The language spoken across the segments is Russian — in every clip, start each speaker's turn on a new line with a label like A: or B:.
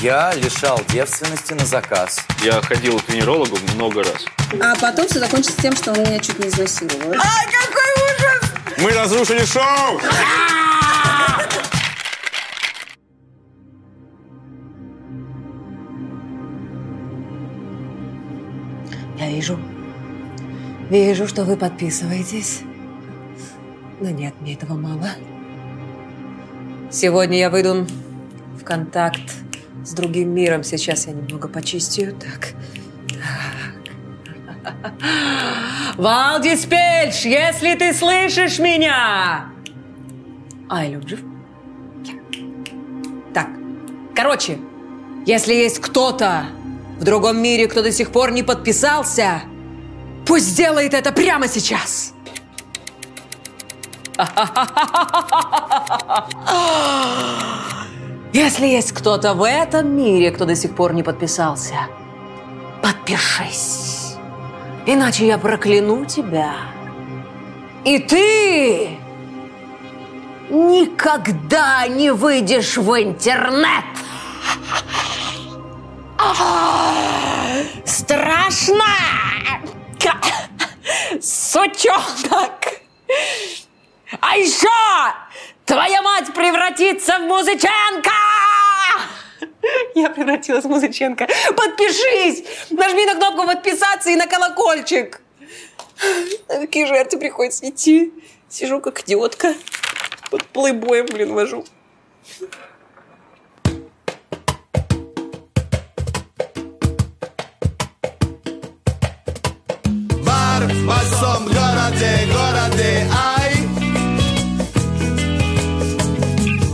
A: Я лишал девственности на заказ.
B: Я ходил к венерологу много раз.
C: А потом все закончится тем, что он меня чуть не изнасиловал.
D: Мы разрушили шоу!
E: Я вижу. Вижу, что вы подписываетесь. Но нет, мне этого мало. Сегодня я выйду в контакт с другим миром. Сейчас я немного почистю. Так. так. Валдис Пельш, если ты слышишь меня! А, I love you. Так, короче, если есть кто-то в другом мире, кто до сих пор не подписался, пусть сделает это прямо сейчас. Если есть кто-то в этом мире, кто до сих пор не подписался, подпишись. Иначе я прокляну тебя. И ты никогда не выйдешь в интернет. Страшно! Сучонок! А еще твоя мать превратится в музыченко! Я превратилась в музыченко. Подпишись! Нажми на кнопку подписаться и на колокольчик. На какие жертвы приходится идти? Сижу как идиотка. Под плейбоем, блин, вожу.
F: Бар в большом городе, городе Ай.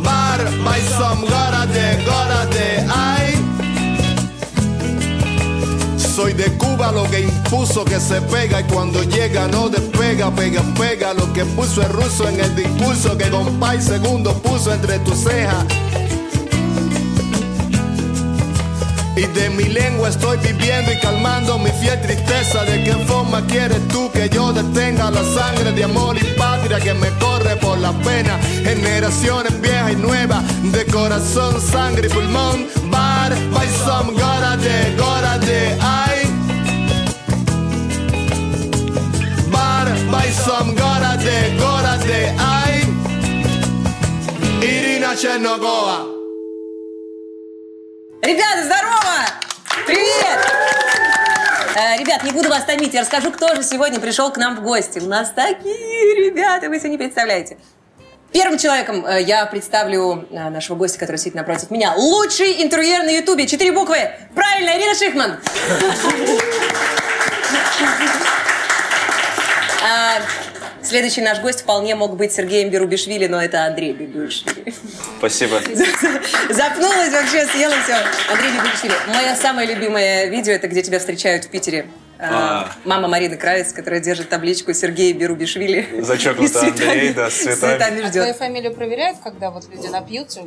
F: Бар в большом городе, городе Ай. Soy de Cuba, lo que impuso que se pega y cuando llega no despega, pega, pega. Lo que puso el ruso en el discurso que Compay segundo puso entre tus cejas. Y de mi lengua estoy viviendo y calmando mi fiel tristeza. ¿De qué forma quieres tú que yo detenga la sangre de amor y patria que me corre por las venas? Generaciones viejas y nuevas, de corazón, sangre y pulmón. Bar, by some, de, gora de, ay. Bar, by some, gora de, gora de, ay. Irina Chernogova.
C: Ребята, здорово! Привет! Э, Ребят, не буду вас томить, я расскажу, кто же сегодня пришел к нам в гости. У нас такие ребята, вы себе не представляете. Первым человеком э, я представлю э, нашего гостя, который сидит напротив меня. Лучший интервьюер на Ютубе. Четыре буквы. Правильно, Ирина Шихман. А, Следующий наш гость вполне мог быть Сергеем Берубишвили, но это Андрей Берубишвили.
B: Спасибо.
C: Запнулась вообще, съела все. Андрей Лебедичвили, мое самое любимое видео, это где тебя встречают в Питере. А,
B: А.
C: Мама Марины Кравец, которая держит табличку Сергея Берубишвили.
B: Зачеркнуто
C: И с цветами-
B: Андрей, да, с цветами.
G: А твою
C: ждет.
G: фамилию проверяют, когда вот люди напьются?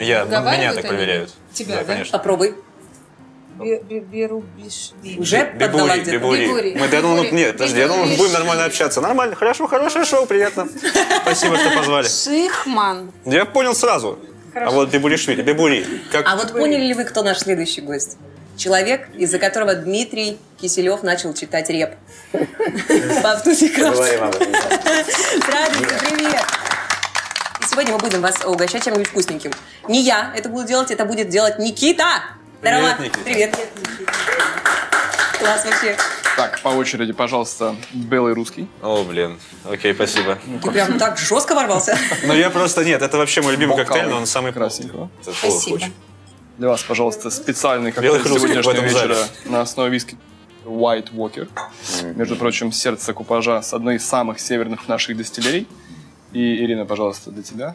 B: Я, ну,
G: Уговаривают
B: меня
G: они?
B: так проверяют.
G: Тебя, да?
B: конечно.
C: Попробуй.
G: Бе- бе- Берубишвили.
C: Уже поддала
B: Бибури,
C: где-то.
B: бибури.
G: Бибури.
D: Мы, да, я думал,
G: Бибури.
D: нет, подожди, я думал,
G: Бибури.
D: будем нормально общаться. Нормально, хорошо, хорошее шоу, приятно. Спасибо, что позвали.
G: Шихман.
D: Я понял сразу. А вот Бибуришвили, Бибури. Как...
C: А вот поняли ли вы, кто наш следующий гость? Человек, из-за которого Дмитрий Киселев начал читать реп. Повтути
A: Говорим об этом.
C: Здравствуйте, привет! И сегодня мы будем вас угощать чем-нибудь вкусненьким. Не я это буду делать, это будет делать Никита! Здорово!
D: Привет, Никита.
C: Привет! Класс вообще.
H: Так, по очереди, пожалуйста, белый русский.
B: О, блин. Окей, спасибо.
C: Ты прям так жестко ворвался.
D: Ну я просто, нет, это вообще мой любимый
H: Бокалы.
D: коктейль, но он самый
H: Красненького.
D: Это
G: Спасибо.
D: очень.
H: Для вас, пожалуйста, специальный
D: Белых
H: коктейль
D: русских в
H: сегодняшнего
D: этом зале.
H: вечера на основе виски White Walker. Между прочим, сердце купажа с одной из самых северных наших дистиллерий. И, Ирина, пожалуйста, для тебя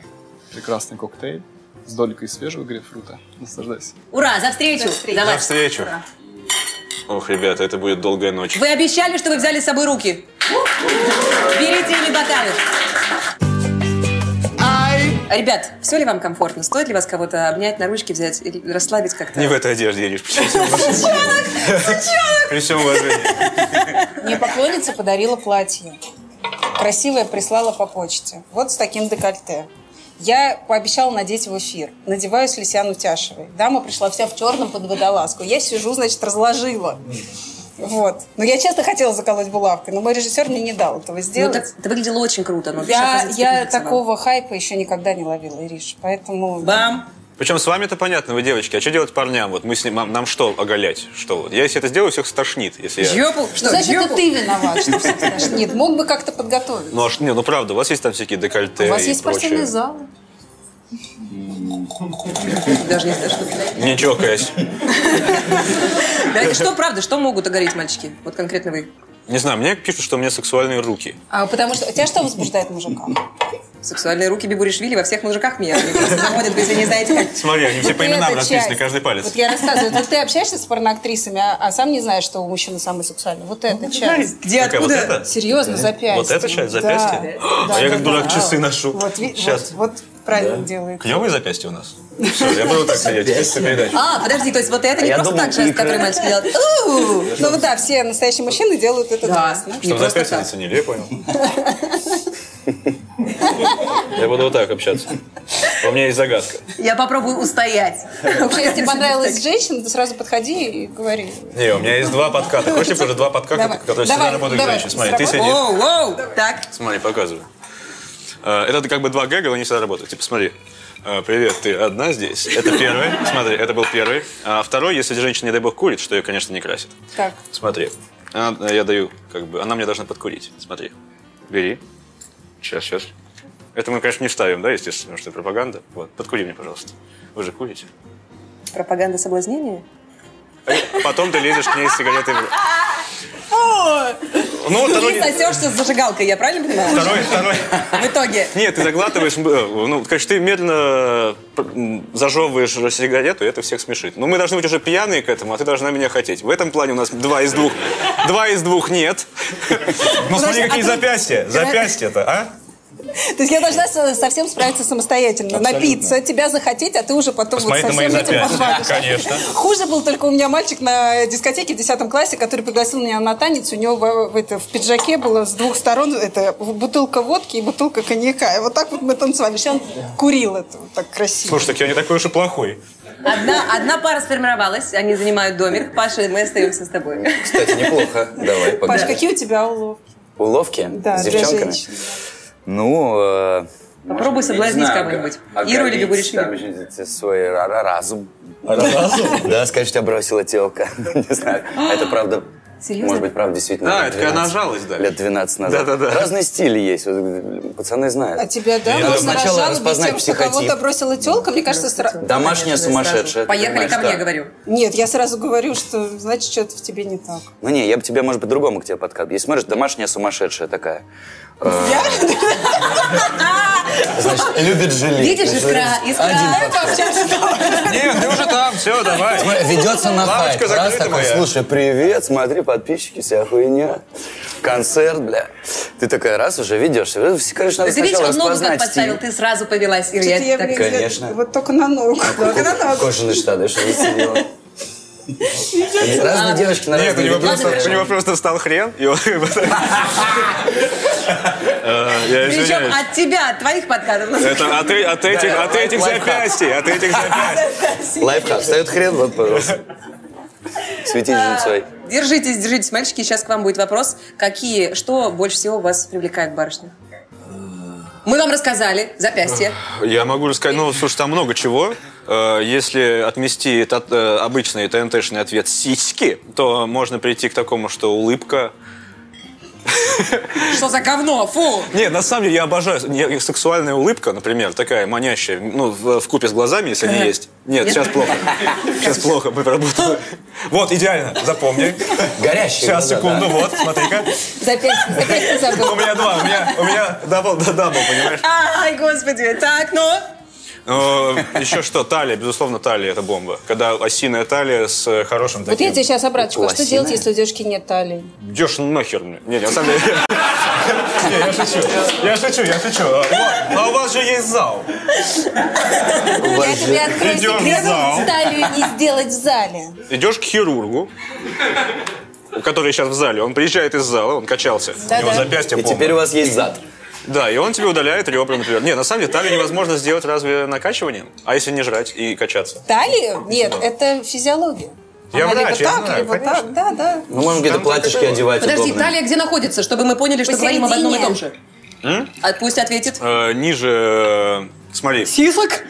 H: прекрасный коктейль с долькой свежего грейпфрута. Наслаждайся.
C: Ура, за встречу! Давай.
D: До встречи. Ох, ребята, это будет долгая ночь.
C: Вы обещали, что вы взяли с собой руки. Берите ими бокалы. Ребят, все ли вам комфортно? Стоит ли вас кого-то обнять, на ручки взять или расслабить как-то?
D: Не в этой одежде, Ириш. При всем уважении.
G: Мне поклонница подарила платье. Красивое прислала по почте. Вот с таким декольте. Я пообещала надеть в эфир. Надеваю с Лисяну Тяшевой. Дама пришла вся в черном под водолазку. Я сижу, значит, разложила. Вот. Но я часто хотела заколоть булавкой, но мой режиссер мне не дал этого
C: Ну,
G: сделать.
C: так, это выглядело очень круто.
B: Ну,
C: но
G: я
C: сейчас разъясню,
G: я
C: как
G: такого хайпа еще никогда не ловила, Ириш. Поэтому...
C: сама. Бам!
B: Причем с вами-то понятно, вы девочки, а что делать парням? Вот мы с ним, нам, нам что оголять? Что? вот? Я если это сделаю, всех стошнит. Если я...
C: Ёпу! Что,
G: Значит,
C: ёпу?
G: это ты виноват, что всех тошнит. Мог бы как-то подготовить.
B: Ну, а ш- не, ну правда, у вас есть там всякие декольте
G: У вас
B: и
G: есть
B: прочее.
G: спортивные залы.
C: Даже не знаю, что это.
B: Не чокаясь.
C: Давайте, что правда, что могут огореть мальчики? Вот конкретно вы.
B: Не знаю, мне пишут, что у меня сексуальные руки.
G: А, потому что... Тебя что возбуждает мужика?
C: Сексуальные руки Бибуришвили во всех мужиках мира. Они просто заводят, вы, если не знаете, как.
B: Смотри, они все
G: Вот
B: по именам
G: эта
B: расписаны,
G: часть.
B: каждый палец.
G: Вот я рассказываю, вот ты общаешься с порноактрисами, а, а сам не знаешь, что у мужчины самый сексуальный. Вот эта часть.
C: Где,
B: Какая,
C: откуда?
B: вот эта?
G: Серьезно, запястье.
B: Ну, Вот эта часть,
G: Да.
B: запястье?
G: Да,
B: А я
G: да,
B: как
G: да.
B: дурак часы ношу.
G: Вот, ви-
B: Сейчас.
G: вот, вот правильно делает.
B: Клевые запястья у нас. Все, я буду так сидеть. всю передачу.
C: А, подожди, то есть вот это не
A: Я
C: просто
A: думал,
C: так жест,
A: икра.
C: который мальчики делают. Ууу!
G: Ну вот да, все настоящие мужчины делают этот
C: Да,
G: жест, да?
C: не
B: Чтобы
C: просто
B: запястья не
C: так.
B: ценили, я понял. Я буду вот так общаться. У меня есть загадка.
C: Я попробую устоять.
G: Вообще, если тебе понравилась женщина, ты сразу подходи и говори.
B: Не, у меня есть два подката. Хочешь, я покажу два подката,
G: Давай.
B: которые
G: Давай,
B: всегда работают
G: давай.
B: женщин? Смотри, ты сидишь.
C: Воу, воу! Так,
B: Смотри, показываю. Э, Это как бы два гэга, но они всегда работают. Типа, смотри, э, привет, ты одна здесь. Это первый. Смотри, это был первый. А второй, если женщина, не дай бог, курит, что ее, конечно, не красит.
G: Так.
B: Смотри, Она- я даю, как бы, она мне должна подкурить. Смотри, бери. Сейчас, сейчас. Это мы, конечно, не ставим, да, естественно, потому что это пропаганда. Вот, подкури мне, пожалуйста. Вы же курите.
C: пропаганда соблазнения?
B: А потом ты лезешь к ней с сигаретой. в рот. Ну,
C: Ты
B: второй,
C: сосешься с зажигалкой, я правильно понимаю?
B: второй, второй.
C: В итоге.
B: Нет, ты заглатываешь, э, ну, короче, ты медленно м, зажевываешь сигарету, и это всех смешит. Ну, мы должны быть уже пьяные к этому, а ты должна меня хотеть. В этом плане у нас два из двух, два из двух нет. Ну,
G: Подожди, а ты-
B: запястья, запястья-то, а?
G: То есть я должна со- совсем справиться самостоятельно, напиться, тебя захотеть, а ты уже потом вот
B: Посмотри на
G: совсем
B: мои
G: этим
B: запястья.
G: подвалишь.
B: Конечно.
G: Хуже был только у меня мальчик на дискотеке в 10 классе, который пригласил меня на танец. У него в, в это, в пиджаке было с двух сторон это, бутылка водки и бутылка коньяка. И вот так вот мы танцевали. Сейчас он курил это вот так красиво.
B: Слушай, так я не такой уж и плохой.
C: Одна, одна пара сформировалась, они занимают домик. Паша, мы остаемся с тобой.
A: Кстати, неплохо. Давай,
G: Паш,
A: погнали.
G: какие у тебя уловки?
A: Уловки
G: Да,
A: с
G: для
A: девчонками?
G: женщин.
A: Ну, э,
C: Попробуй
A: может, я не
C: соблазнить
A: знаю,
C: кого-нибудь.
A: ог-
C: Иру или
A: огорить
C: Григорьевича?
A: там же свой ра- ра- разум. Разум? Да, скажешь, тебя бросила телка. Не знаю. А Это правда...
C: Серьезно?
A: Может быть, правда, действительно.
B: Да,
A: лет
B: А, это когда
A: 12,
B: нажалась, да.
A: Лет 12 назад.
B: Да-да-да.
A: Разные стили есть. вот, Пацаны
G: А
A: знают.
G: тебя, да,
B: Я
G: можно
A: сначала
G: разжалобить
A: распознать
G: тем, что
A: психотип.
G: кого-то бросила телка, мне кажется, сра-
A: Домашняя сумасшедшая. ты
C: Поехали
A: понимаешь,
C: ко мне,
A: да.
C: говорю.
G: Нет, я сразу говорю, что значит, что-то в тебе не так.
A: Ну не, я бы тебя, может, по-другому к тебе подкат. Если смотришь, домашняя сумасшедшая такая. Я? Значит, любит жалеть.
C: Видишь, искра, искра.
B: Нет, ты уже там, все, давай.
A: Ведется на хайп.
B: Лавочка
A: Раз
B: закрыта
A: такой,
B: моя.
A: слушай, привет, смотри, подписчики, вся хуйня. Концерт, бля. Ты такая, раз уже ведешься. Ну, все, Конечно,
C: Ты
A: надо
C: видишь,
A: сначала
C: он ногу как
A: распознать
C: подставил,
A: стиль.
C: ты сразу повелась. Ира,
G: Что-то я, А
C: я так...
G: блин, я-
A: Конечно.
G: вот только на ногу. Только на ногу.
A: Кожаные штаны, что заценила. Разные девочки на
B: Нет, у
A: разные
B: него,
A: виды.
B: просто, у него просто встал хрен, и он... Э, Я
C: Причем
B: извиняюсь.
C: от тебя, от твоих подкатов.
B: Это от, э- от этих,
A: а- Да,
B: от этих
A: лайфхак.
B: запястий, от этих запястий.
A: Лайфхак, встает хрен, вот, пожалуйста. Свети жильцой.
C: Держитесь, держитесь, мальчики. Сейчас к вам будет вопрос. Какие, что больше всего вас привлекает в барышнях? Мы вам рассказали. Запястье.
B: Я могу рассказать, ну, слушай, там много чего. Э, Если отмести та- э, обычный ТНТшный ответ «сиськи», то можно прийти к такому, что улыбка...
C: Что за говно? Фу!
B: Нет, на самом деле я обожаю я- сексуальная улыбка, например, такая манящая, ну, в купе с глазами, если они есть. Нет, сейчас плохо. Сейчас плохо, мы проработали. Вот, идеально, запомни.
A: Горящие
G: ну
B: Сейчас,
A: глаза, да.
B: секунду, вот, смотри-ка.
G: Запястье, запястье забыл.
B: У меня два, у меня, у меня дабл, да, дабл, понимаешь?
C: Ай, господи. Так, ну...
B: Ну, еще что, талия, безусловно, талия это бомба. Когда осиная талия с э, хорошим
G: Вот я
B: таким.
G: тебе сейчас обраточку. А что
A: Лосиная.
G: делать, если у девушки нет талии?
B: Идешь нахер мне. Не, не, на самом деле... Не, я шучу, я шучу, я шучу. А у вас- а у вас же есть зал.
G: Я тебе открою
B: Идем в
G: секрет.
B: зал.
G: Талию не сделать в зале.
B: Идешь к хирургу, который сейчас в зале. Он приезжает из зала, он качался. У него
G: Да-да.
B: запястье
A: И
B: бомба.
A: теперь у вас есть зад.
B: Да, и он тебе удаляет ребра, например. Не, на самом деле талию невозможно сделать разве накачиванием? А если не жрать и качаться?
G: Талию? Нет, это физиология.
B: Я
G: Она
B: врач,
G: либо
B: я
G: А так,
B: знаю,
G: либо
B: конечно.
G: так, да, да.
A: Ну, можем где-то платьишки одевать
C: Подожди,
A: удобно.
C: талия где находится, чтобы мы поняли, что говорим об одном и том же? А пусть ответит.
B: Э, Ниже... э, Смотри,
C: Сисок?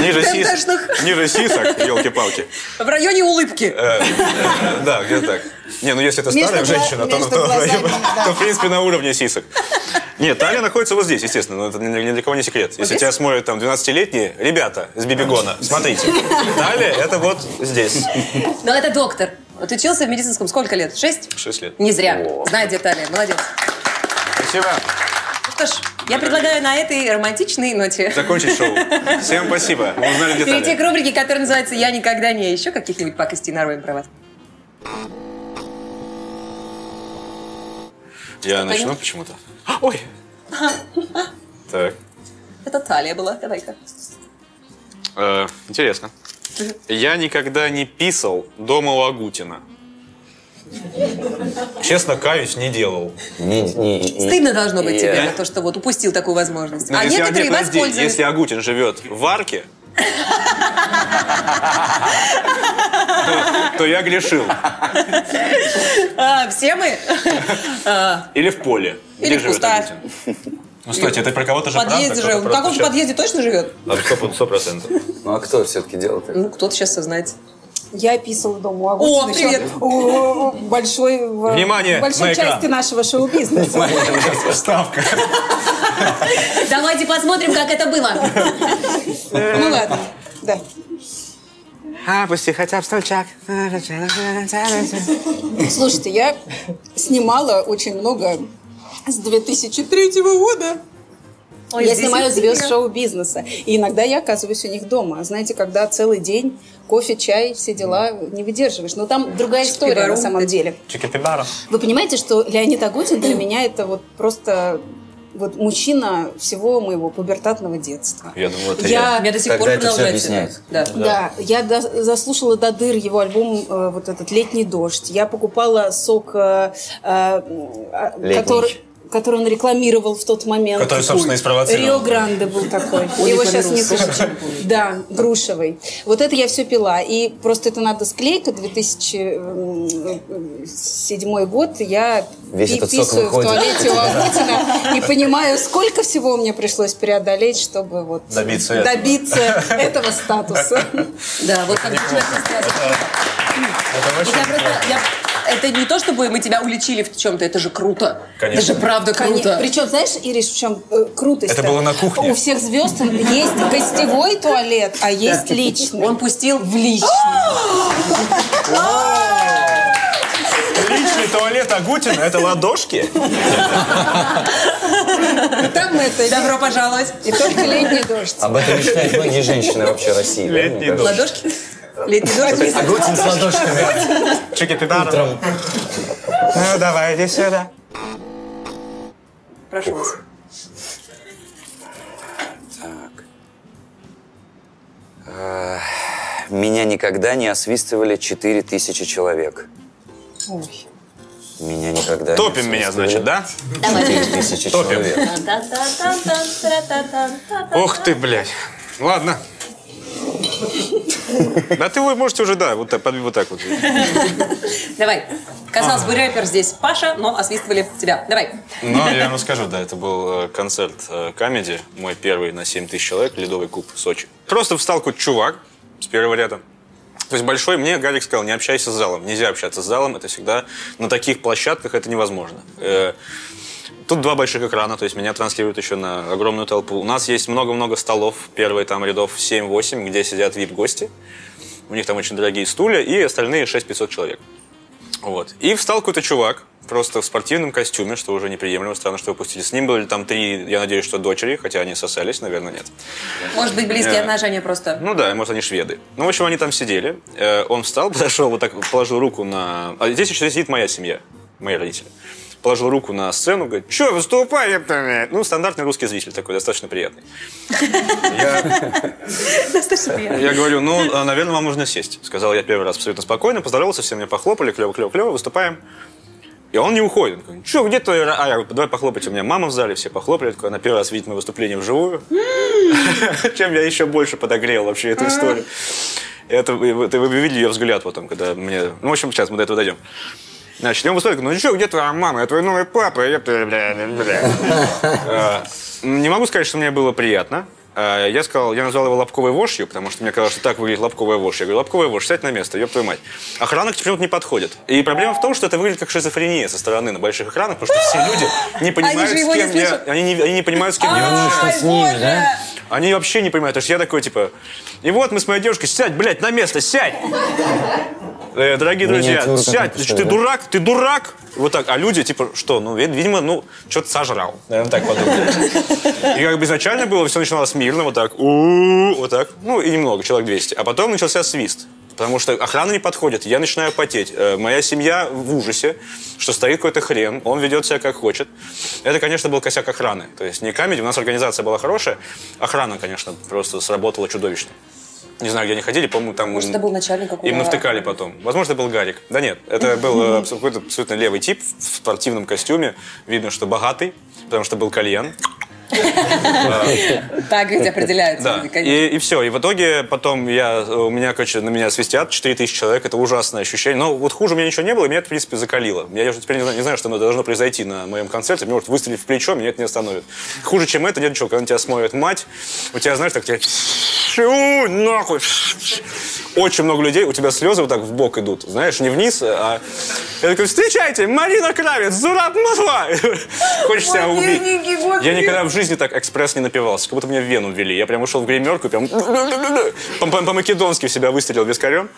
B: ниже сисок,
C: ТНТшных.
B: ниже сисок, елки-палки.
C: В районе улыбки.
B: Да, где-то так. Не, ну если это
G: Между
B: старая
G: гла-
B: женщина, то,
G: между
B: то-
G: глазами, да.
B: то, в принципе на уровне сисок. Нет, талия находится вот здесь, естественно, но это ни ни для кого не секрет. Если тебя смотрят там 12-летние ребята из Бибигона, смотрите, талия это вот здесь.
C: Но Ну, это доктор. Вот учился в медицинском сколько лет? Шесть?
B: 6 лет.
C: Не зря. Знает детали. Молодец.
B: Спасибо.
C: Ну что ж, я предлагаю на этой романтичной ноте
B: Закончить шоу. Всем спасибо. Мы узнали детали.
C: перейти к рубрике, которая называется «Я никогда не...» Еще каких-нибудь пакостей нароем про вас.
B: Я начну почему-то. А, Ой. Так.
C: Это талия была. Давай-ка.
B: э, Интересно. Я никогда не писал дома у Агутина. Честно, каюсь, не делал.
A: Не- не- не-
C: Стыдно должно быть
A: Я-
C: тебе за то, что вот упустил такую возможность.
B: Э. Ну,
C: а
B: если-
C: некоторые
B: нет, подожди,
C: воспользуются.
B: Если Агутин живет в арке, то- то я грешил.
C: А, все мы
B: Или в поле.
C: Или
B: Где
C: в
B: живет
C: кустах.
B: Агутин? Ну, кстати, это про кого-то
C: в
B: же правда?
C: подъезде
B: кто-то
C: живем. В
B: просто
C: каком же
B: сейчас-
C: подъезде точно живет?
B: А, Сто процентов.
A: Ну, а кто все-таки делал так?
C: Ну, кто-то сейчас сознается.
G: Я писала дома.
C: О, привет.
G: Большой, в-
B: Внимание
G: в большой
B: на экран.
G: части нашего шоу-бизнеса.
B: Ставка.
C: Давайте посмотрим, как это было.
G: Ну ладно, да. Слушайте, я снимала очень много с 2003 года.
C: Ой,
G: я
C: здесь
G: снимаю
C: вот
G: звезд
C: я.
G: шоу-бизнеса. И иногда я оказываюсь у них дома. Знаете, когда целый день кофе, чай, все дела не выдерживаешь. Но там другая история на
C: пиваром,
G: самом деле.
B: Чикипибара.
G: Вы понимаете, что Леонид Агутин для меня это вот просто вот мужчина всего моего пубертатного детства.
B: Я думал, это я.
G: Я
C: У меня до сих
A: Тогда
C: пор
A: это всё
C: продолжается.
A: объясняет.
C: Да.
G: да, я до- заслушала до дыр его альбом э, вот этот «Летний дождь». Я покупала сок, э, э,
A: Летний.
G: который, который он рекламировал в тот момент.
B: Который, собственно, и спровоцировал.
G: Рио Гранде был такой. Его сейчас не слышно. Да, грушевый. Вот это я все пила. И просто это надо склейка. 2007 год. Я
A: Весь
G: пи-
A: этот сок
G: писаю в
A: выходит.
G: туалете у Агутина. И понимаю, сколько всего мне пришлось преодолеть, чтобы вот
B: Добиться этого.
G: добиться этого статуса.
C: Да, вот как начинать
B: Это
C: Ну, Я
B: очень
C: просто- я- Это не то, чтобы мы тебя уличили в чем-то, это же круто.
B: Конечно.
C: Это же правда круто.
G: Причем, знаешь, Ириш, в чем э, крутость?
B: Это было на кухне.
G: У всех звезд есть гостевой туалет, а есть личный.
C: Он пустил в лич.
B: Личный туалет Агутина – это ладошки?
G: А, Там это
C: Добро пожаловать.
G: И только летний дождь.
A: Об этом мечтают многие женщины вообще России. да, мне
B: Летний
A: кажется.
C: Ладошки. Летний дождь.
B: а
A: Агутин с ладошками
B: Чикипибара.
A: утром.
B: Ну, давай, иди сюда.
C: Прошу вас.
A: Так. Э, Меня никогда не освистывали 4000 человек. Меня никогда
B: Топим меня, значит, да?
A: тысячи
B: Топим.
A: человек.
B: Ох ты, блядь. Ладно. Да ты вы можете уже, да, вот так, подби- вот так вот.
C: Давай. Казалось бы, рэпер здесь Паша, но освистывали тебя. Давай.
B: Но Ну, я вам скажу, да, это был э, концерт э, Камеди, мой первый на 7 тысяч человек, Ледовый куб, Сочи. Просто встал какой-то чувак с первого ряда. То есть большой, мне Гарик сказал, не общайся с залом. Нельзя общаться с залом, это всегда на таких площадках это невозможно. Э, Тут два больших экрана, то есть меня транслируют еще на огромную толпу. У нас есть много-много столов, первые там рядов 7-8, где сидят вип-гости. У них там очень дорогие стулья и остальные 6-500 человек. Вот. И встал какой-то чувак, просто в спортивном костюме, что уже неприемлемо, странно, что выпустили. С ним были там три, я надеюсь, что дочери, хотя они сосались, наверное, нет.
C: Может быть, близкие
B: Я-
C: отношения просто.
B: Ну да, может, они шведы. Ну, в общем, они там сидели. Э, Он встал, подошел, вот так положил руку на... А здесь еще сидит моя семья, мои родители. Положил руку на сцену, говорит, что выступай, ёпта мать?» Ну, стандартный русский зритель такой, достаточно приятный. Э.
C: Достаточно приятно.
B: Я говорю, ну, а, наверное, вам нужно сесть. Сказал я первый раз абсолютно спокойно, поздоровался, все меня похлопали, клево, клево, клево, выступаем. И он не уходит. Он говорит, что, где твоя... ра-?» А я говорю, давай похлопайте. У меня мама в зале, все похлопали. Она первый раз видит мое выступление вживую. Чем я еще больше подогрел вообще
C: А.
B: эту историю. Это, и вот- и вы видели ее взгляд потом, когда мне... Ну, в общем, сейчас мы до этого дойдем. Значит, я ему столько, ну что, где твоя мама? Я твой новый папа, я твой, бля, бля, бля». Э, Не могу сказать, что мне было приятно. Э, Я сказал, я назвал его лобковой вошью, потому что мне казалось, что так выглядит лобковая вошь. Я говорю, лобковая вошь, сядь на место, ёб твою мать. Охрана почему-то не подходит. И проблема в том, что это выглядит как шизофрения со стороны на больших экранах, потому что все люди не понимают,
C: же
B: с
C: его не
B: кем я...
C: слышат. А.
B: Они не, они не понимают, с кем я
C: Ай,
B: общаюсь.
I: что с ними,
C: боже!
I: да?
B: Они вообще не понимают, потому что я такой, типа, и вот мы с моей девушкой, сядь, блядь, на место, сядь! Э, дорогие друзья,
I: Миниатюра
B: сядь,
I: какая-то,
B: ты,
I: что ли, да?
B: дурак, ты дурак! Вот так, а люди, типа, что, ну, вид- видимо, ну, что-то сожрал. Наверное, так подумали. И как бы изначально было, все начиналось мирно, вот так, «У-у-у», вот так, ну, и немного, человек 200. А потом начался свист. Потому что охрана не подходит, я начинаю потеть. Э, Моя семья в ужасе, что стоит какой-то хрен, он ведет себя как хочет. Это, конечно, был косяк охраны. То есть не камеди, у нас организация была хорошая. Охрана, конечно, просто сработала чудовищно. Не знаю, где они ходили, по-моему, там... Может,
C: это был начальник какого-
B: Им навтыкали потом. Возможно, это был Гарик. Да нет, это был э, абсо- какой-то абсолютно левый тип в спортивном костюме. Видно, что богатый, потому что был кальян.
C: Так ведь определяются люди,
B: Да.
C: конечно.
B: И, и все. И в итоге потом я, э, у меня, короче, на меня свистят 4000 человек. Это ужасное ощущение. Но вот хуже у меня ничего не было, и меня это, в принципе, закалило. Я уже теперь не знаю, не знаю, что оно должно произойти на моем концерте. Мне может выстрелить в плечо, меня это не остановит. Хуже, чем это, нет ничего. Когда на тебя смотрит мать, у тебя, знаешь, так тебя... «Ой, нахуй! Очень много людей, у тебя слезы вот так в бок идут, знаешь, не вниз, а... Я такой, встречайте, Марина Кравец, Зураб Мазла! Хочешь себя убить? Я никогда в жизни так экспресс не напивался, как будто меня в вену ввели. Я прям ушел в гримерку, прям пом- по-македонски в себя выстрелил вискарем.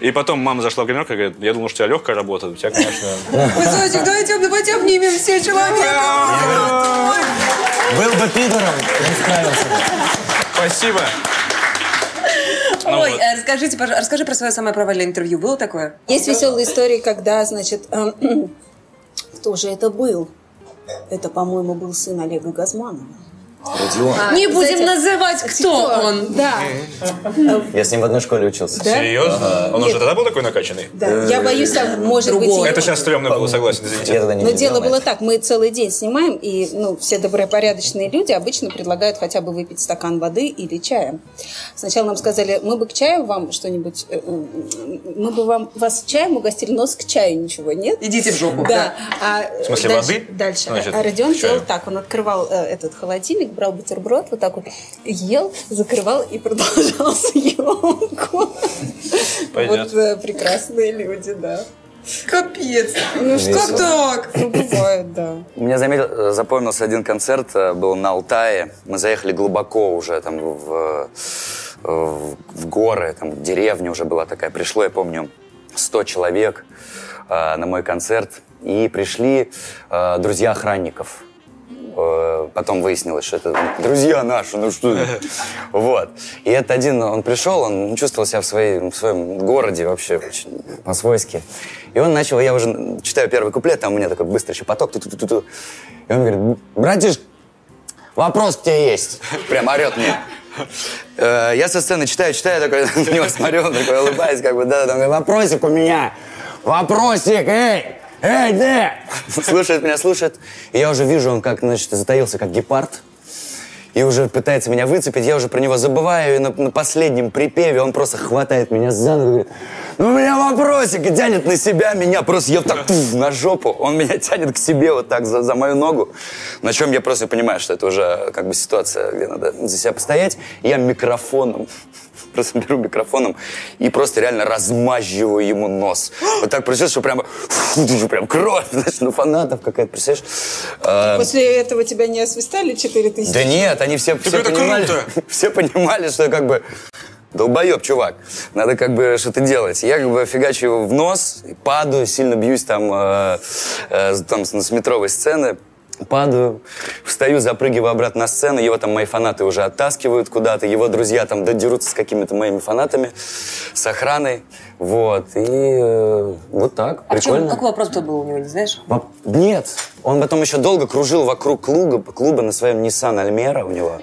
B: И потом мама зашла в гримерку и говорит, я думал, что у тебя легкая работа, у тебя, конечно...
C: Высочек, давайте, давайте обнимем все
B: Ну,
C: человека.
I: Был бы пидором, не справился бы.
B: Спасибо. Ну,
C: Ой, э, расскажите, пожалуйста, расскажи про свое самое провальное интервью. Было такое?
G: Есть веселые истории, когда, значит, эм, кто же это был? Это, по-моему, был сын Олега Газманова.
C: Не будем
G: знаете,
C: называть, кто, он.
G: Да,
I: Я с ним в одной школе учился.
G: да,
B: Серьезно? Он уже тогда был такой накачанный?
G: да. Я боюсь, там, может быть, и-
B: Это сейчас стрёмно было, согласен,
I: Я
B: извините.
I: тогда не
G: Но
I: видел,
G: дело
I: мать.
G: было так, мы целый день снимаем, и ну, все добропорядочные люди обычно предлагают хотя бы выпить стакан воды или чая. Сначала нам сказали, мы бы к чаю вам что-нибудь, э, э, мы бы вам вас чаем угостили, но с к чаю ничего нет.
C: Идите в жопу.
G: Да. А, в
B: смысле,
G: дальше,
B: воды?
G: Дальше.
B: Значит,
G: а Родион
B: чаю.
G: делал так, он открывал э, этот холодильник, брал бутерброд, вот так вот ел, закрывал и продолжал съемку.
B: Пойдёт.
G: Вот э, прекрасные люди, да.
C: Капец.
G: Ну
I: что Весело.
G: так? Ну, бывает, да.
A: Мне заметил, запомнился один концерт, э, был на Алтае. Мы заехали глубоко уже, там, в, э, в, в горы, там, деревня уже была такая. Пришло, я помню, 100 человек э, на мой концерт. И пришли э, друзья охранников. Э, Потом выяснилось, что это друзья наши, ну что ты. Вот. И этот один, он пришел, он чувствовал себя в, своей, в своем городе вообще очень по-свойски. И он начал, я уже читаю первый куплет, там у меня такой быстрый шепоток. ту-ту-ту-ту-ту. И он говорит, братиш, вопрос к тебе есть. Прям орет мне. Э, Я со сцены читаю, читаю, такой на него смотрю, он такой улыбаюсь, как бы, да, да, он говорит, вопросик у меня, вопросик, эй, эй, ты! Слушает меня, слушает, и я уже вижу, он как, значит, затаился, как гепард, и уже пытается меня выцепить, я уже про него забываю, и на, на последнем припеве он просто хватает меня за ногу и говорит, ну у меня вопросик, и тянет на себя меня, просто я так туф, на жопу, он меня тянет к себе вот так за, за мою ногу, на чем я просто понимаю, что это уже как бы ситуация, где надо за себя постоять, И я микрофоном просто беру микрофоном и просто реально размазываю ему нос. Вот так причем, что прямо, прям кровь, значит, ну фанатов какая-то, представляешь? Э,
G: После этого тебя не освистали 4000?
A: да нет, они все, все
B: это
A: понимали,
B: круто!
A: все понимали, что как бы долбоеб, чувак. Надо как бы что-то делать. Я как бы фигачу его в нос, падаю, сильно бьюсь там, э, э, с- там с, с метровой сцены. Падаю, встаю, запрыгиваю обратно на сцену, его там мои фанаты уже оттаскивают куда-то, его друзья там додерутся с какими-то моими фанатами, с охраной, вот, и э, вот так,
C: А в чем-
A: прикольно.
C: какой вопрос-то был у него, не знаешь?
A: Во- Нет, он потом еще долго кружил вокруг клуба, клуба на своем Nissan Альмера у него.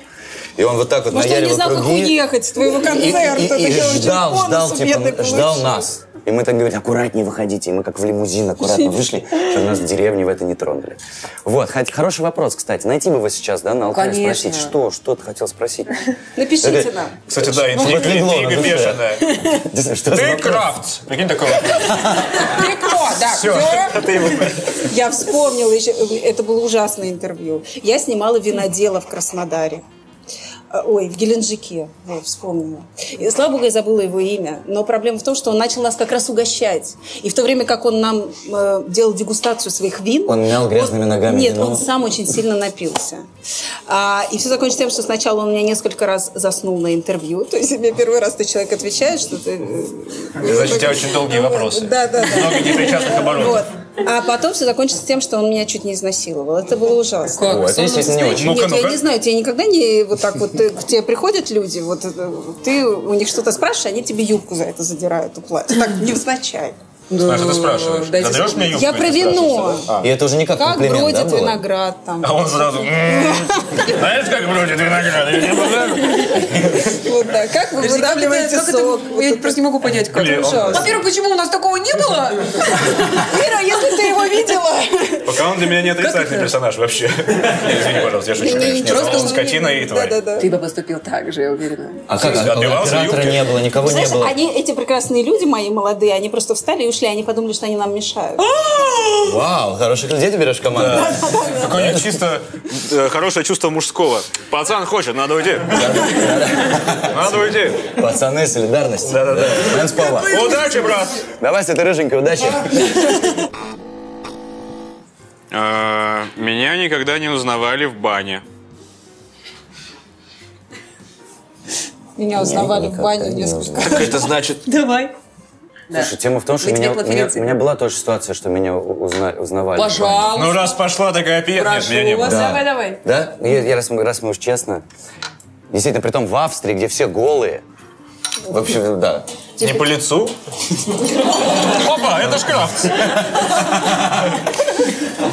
A: И он вот так вот
G: Может, он
A: наяривал
G: не знал, как
A: круги.
G: уехать с твоего
A: И- и-
G: концерта.
A: и- и
G: такая очень
A: ждал,
G: бонусу
A: ждал,
G: бедный
A: типа,
G: получил.
A: ждал нас. И мы так говорили, аккуратнее выходите. И мы как в лимузин аккуратно вышли, чтобы нас в деревне в это не тронули. Вот, хоть- хороший вопрос, кстати. Найти бы его сейчас, да,
G: Ну,
A: на Алтае
C: Конечно.
A: спросить, что, что ты хотел спросить?
G: Напишите нам.
I: Кстати, да,
A: Ну,
I: интрига,
A: подлегло на
I: интрига
A: душе.
I: бешеная.
A: Не знаю, что за
I: Ты
A: вопрос.
I: крафт! Прикинь, такой вот.
G: Ты кто? Да, актер. Я вспомнила еще, это было ужасное интервью. Я снимала винодела в Краснодаре. Э, Ой, в Геленджике, Ой, вспомнила. И, слава богу, я забыла его имя. Но проблема в том, что он начал нас как раз угощать. И в то время, как он нам э, делал дегустацию своих вин...
A: Он мял грязными
G: он-
A: ногами
G: Нет,
A: вино.
G: он сам очень сильно напился. А, и все закончилось тем, что сначала он меня несколько раз заснул на интервью. То есть мне первый раз ты человек отвечаешь, что ты... э,
I: Значит, у тебя очень долгие вопросы.
G: Да, да, да.
I: Много непричастных оборотов.
G: Вот. А потом все закончится тем, что он меня чуть не изнасиловал. Это было ужасно.
A: О, это, естественно, не очень.
I: Ну-ка,
G: Нет, я
I: ну-ка.
G: не знаю, тебе никогда не вот так вот э, к тебе приходят люди, вот э, ты у них что-то спрашиваешь, они тебе юбку за это задирают, уплатят. Так, невзначай.
I: Саша,
G: Ну,
I: ты спрашиваешь.
C: Дайте
I: Задаешь мне юбку?
G: Я
I: и ты
G: про вино.
I: спрашиваешь? А.
A: И это уже не как
G: Как
A: комплимент, да,
G: бродит
A: было?
G: виноград там.
I: А он сразу, «М, знаешь, как бродит виноград?
G: Вот, да. Как вы
C: Подожди, как
G: выдавливаете
C: это- как это-
G: сок? Вот
C: я
G: это-
C: просто не могу понять, как.
I: Блин, он-
G: Ужасно.
C: Во-первых, почему у нас такого не было?
G: Ира, если ты его видела.
I: Пока он для меня не отрицательный персонаж вообще. Не, Извини, пожалуйста, я шучу, конечно. Нет,
G: Просто
I: Он скотина и тварь.
G: Да-да-да.
C: Ты бы поступил так же, я уверена.
A: А как?
I: Отбивался
A: Оператора
I: юбки?
A: не было, никого не
G: Знаешь,
A: было.
G: они, эти прекрасные люди мои молодые, они просто встали и ушли, они подумали, что они нам мешают.
A: Вау, хороших людей ты берешь в команду.
I: Какое чисто...
B: Э, Хорошее чувство мужского. Пацан хочет, надо уйти. Надо уйти.
A: Пацаны, солидарность. Да-да-да.
I: Удачи, брат!
A: Давай, Света Рыженькая, удачи.
B: Э, Меня никогда не узнавали в бане.
G: Меня узнавали в бане
A: никогда не
G: несколько.
B: Это значит...
C: Давай.
A: Слушай, тема в том, что
C: Мы тебе
A: меня, у меня,
C: конференции.
A: у меня была тоже ситуация, что меня у- узна- узнавали.
C: Пожалуйста.
I: Ну, раз пошла такая пьет, нет, меня не
C: Прошу вас,
I: было.
C: давай, давай.
A: Да? Ну, Я, я раз, мы- раз мы уж честно. Действительно, при том в Австрии, где все голые. В общем, да.
I: Не по лицу? Опа, это ж крафт.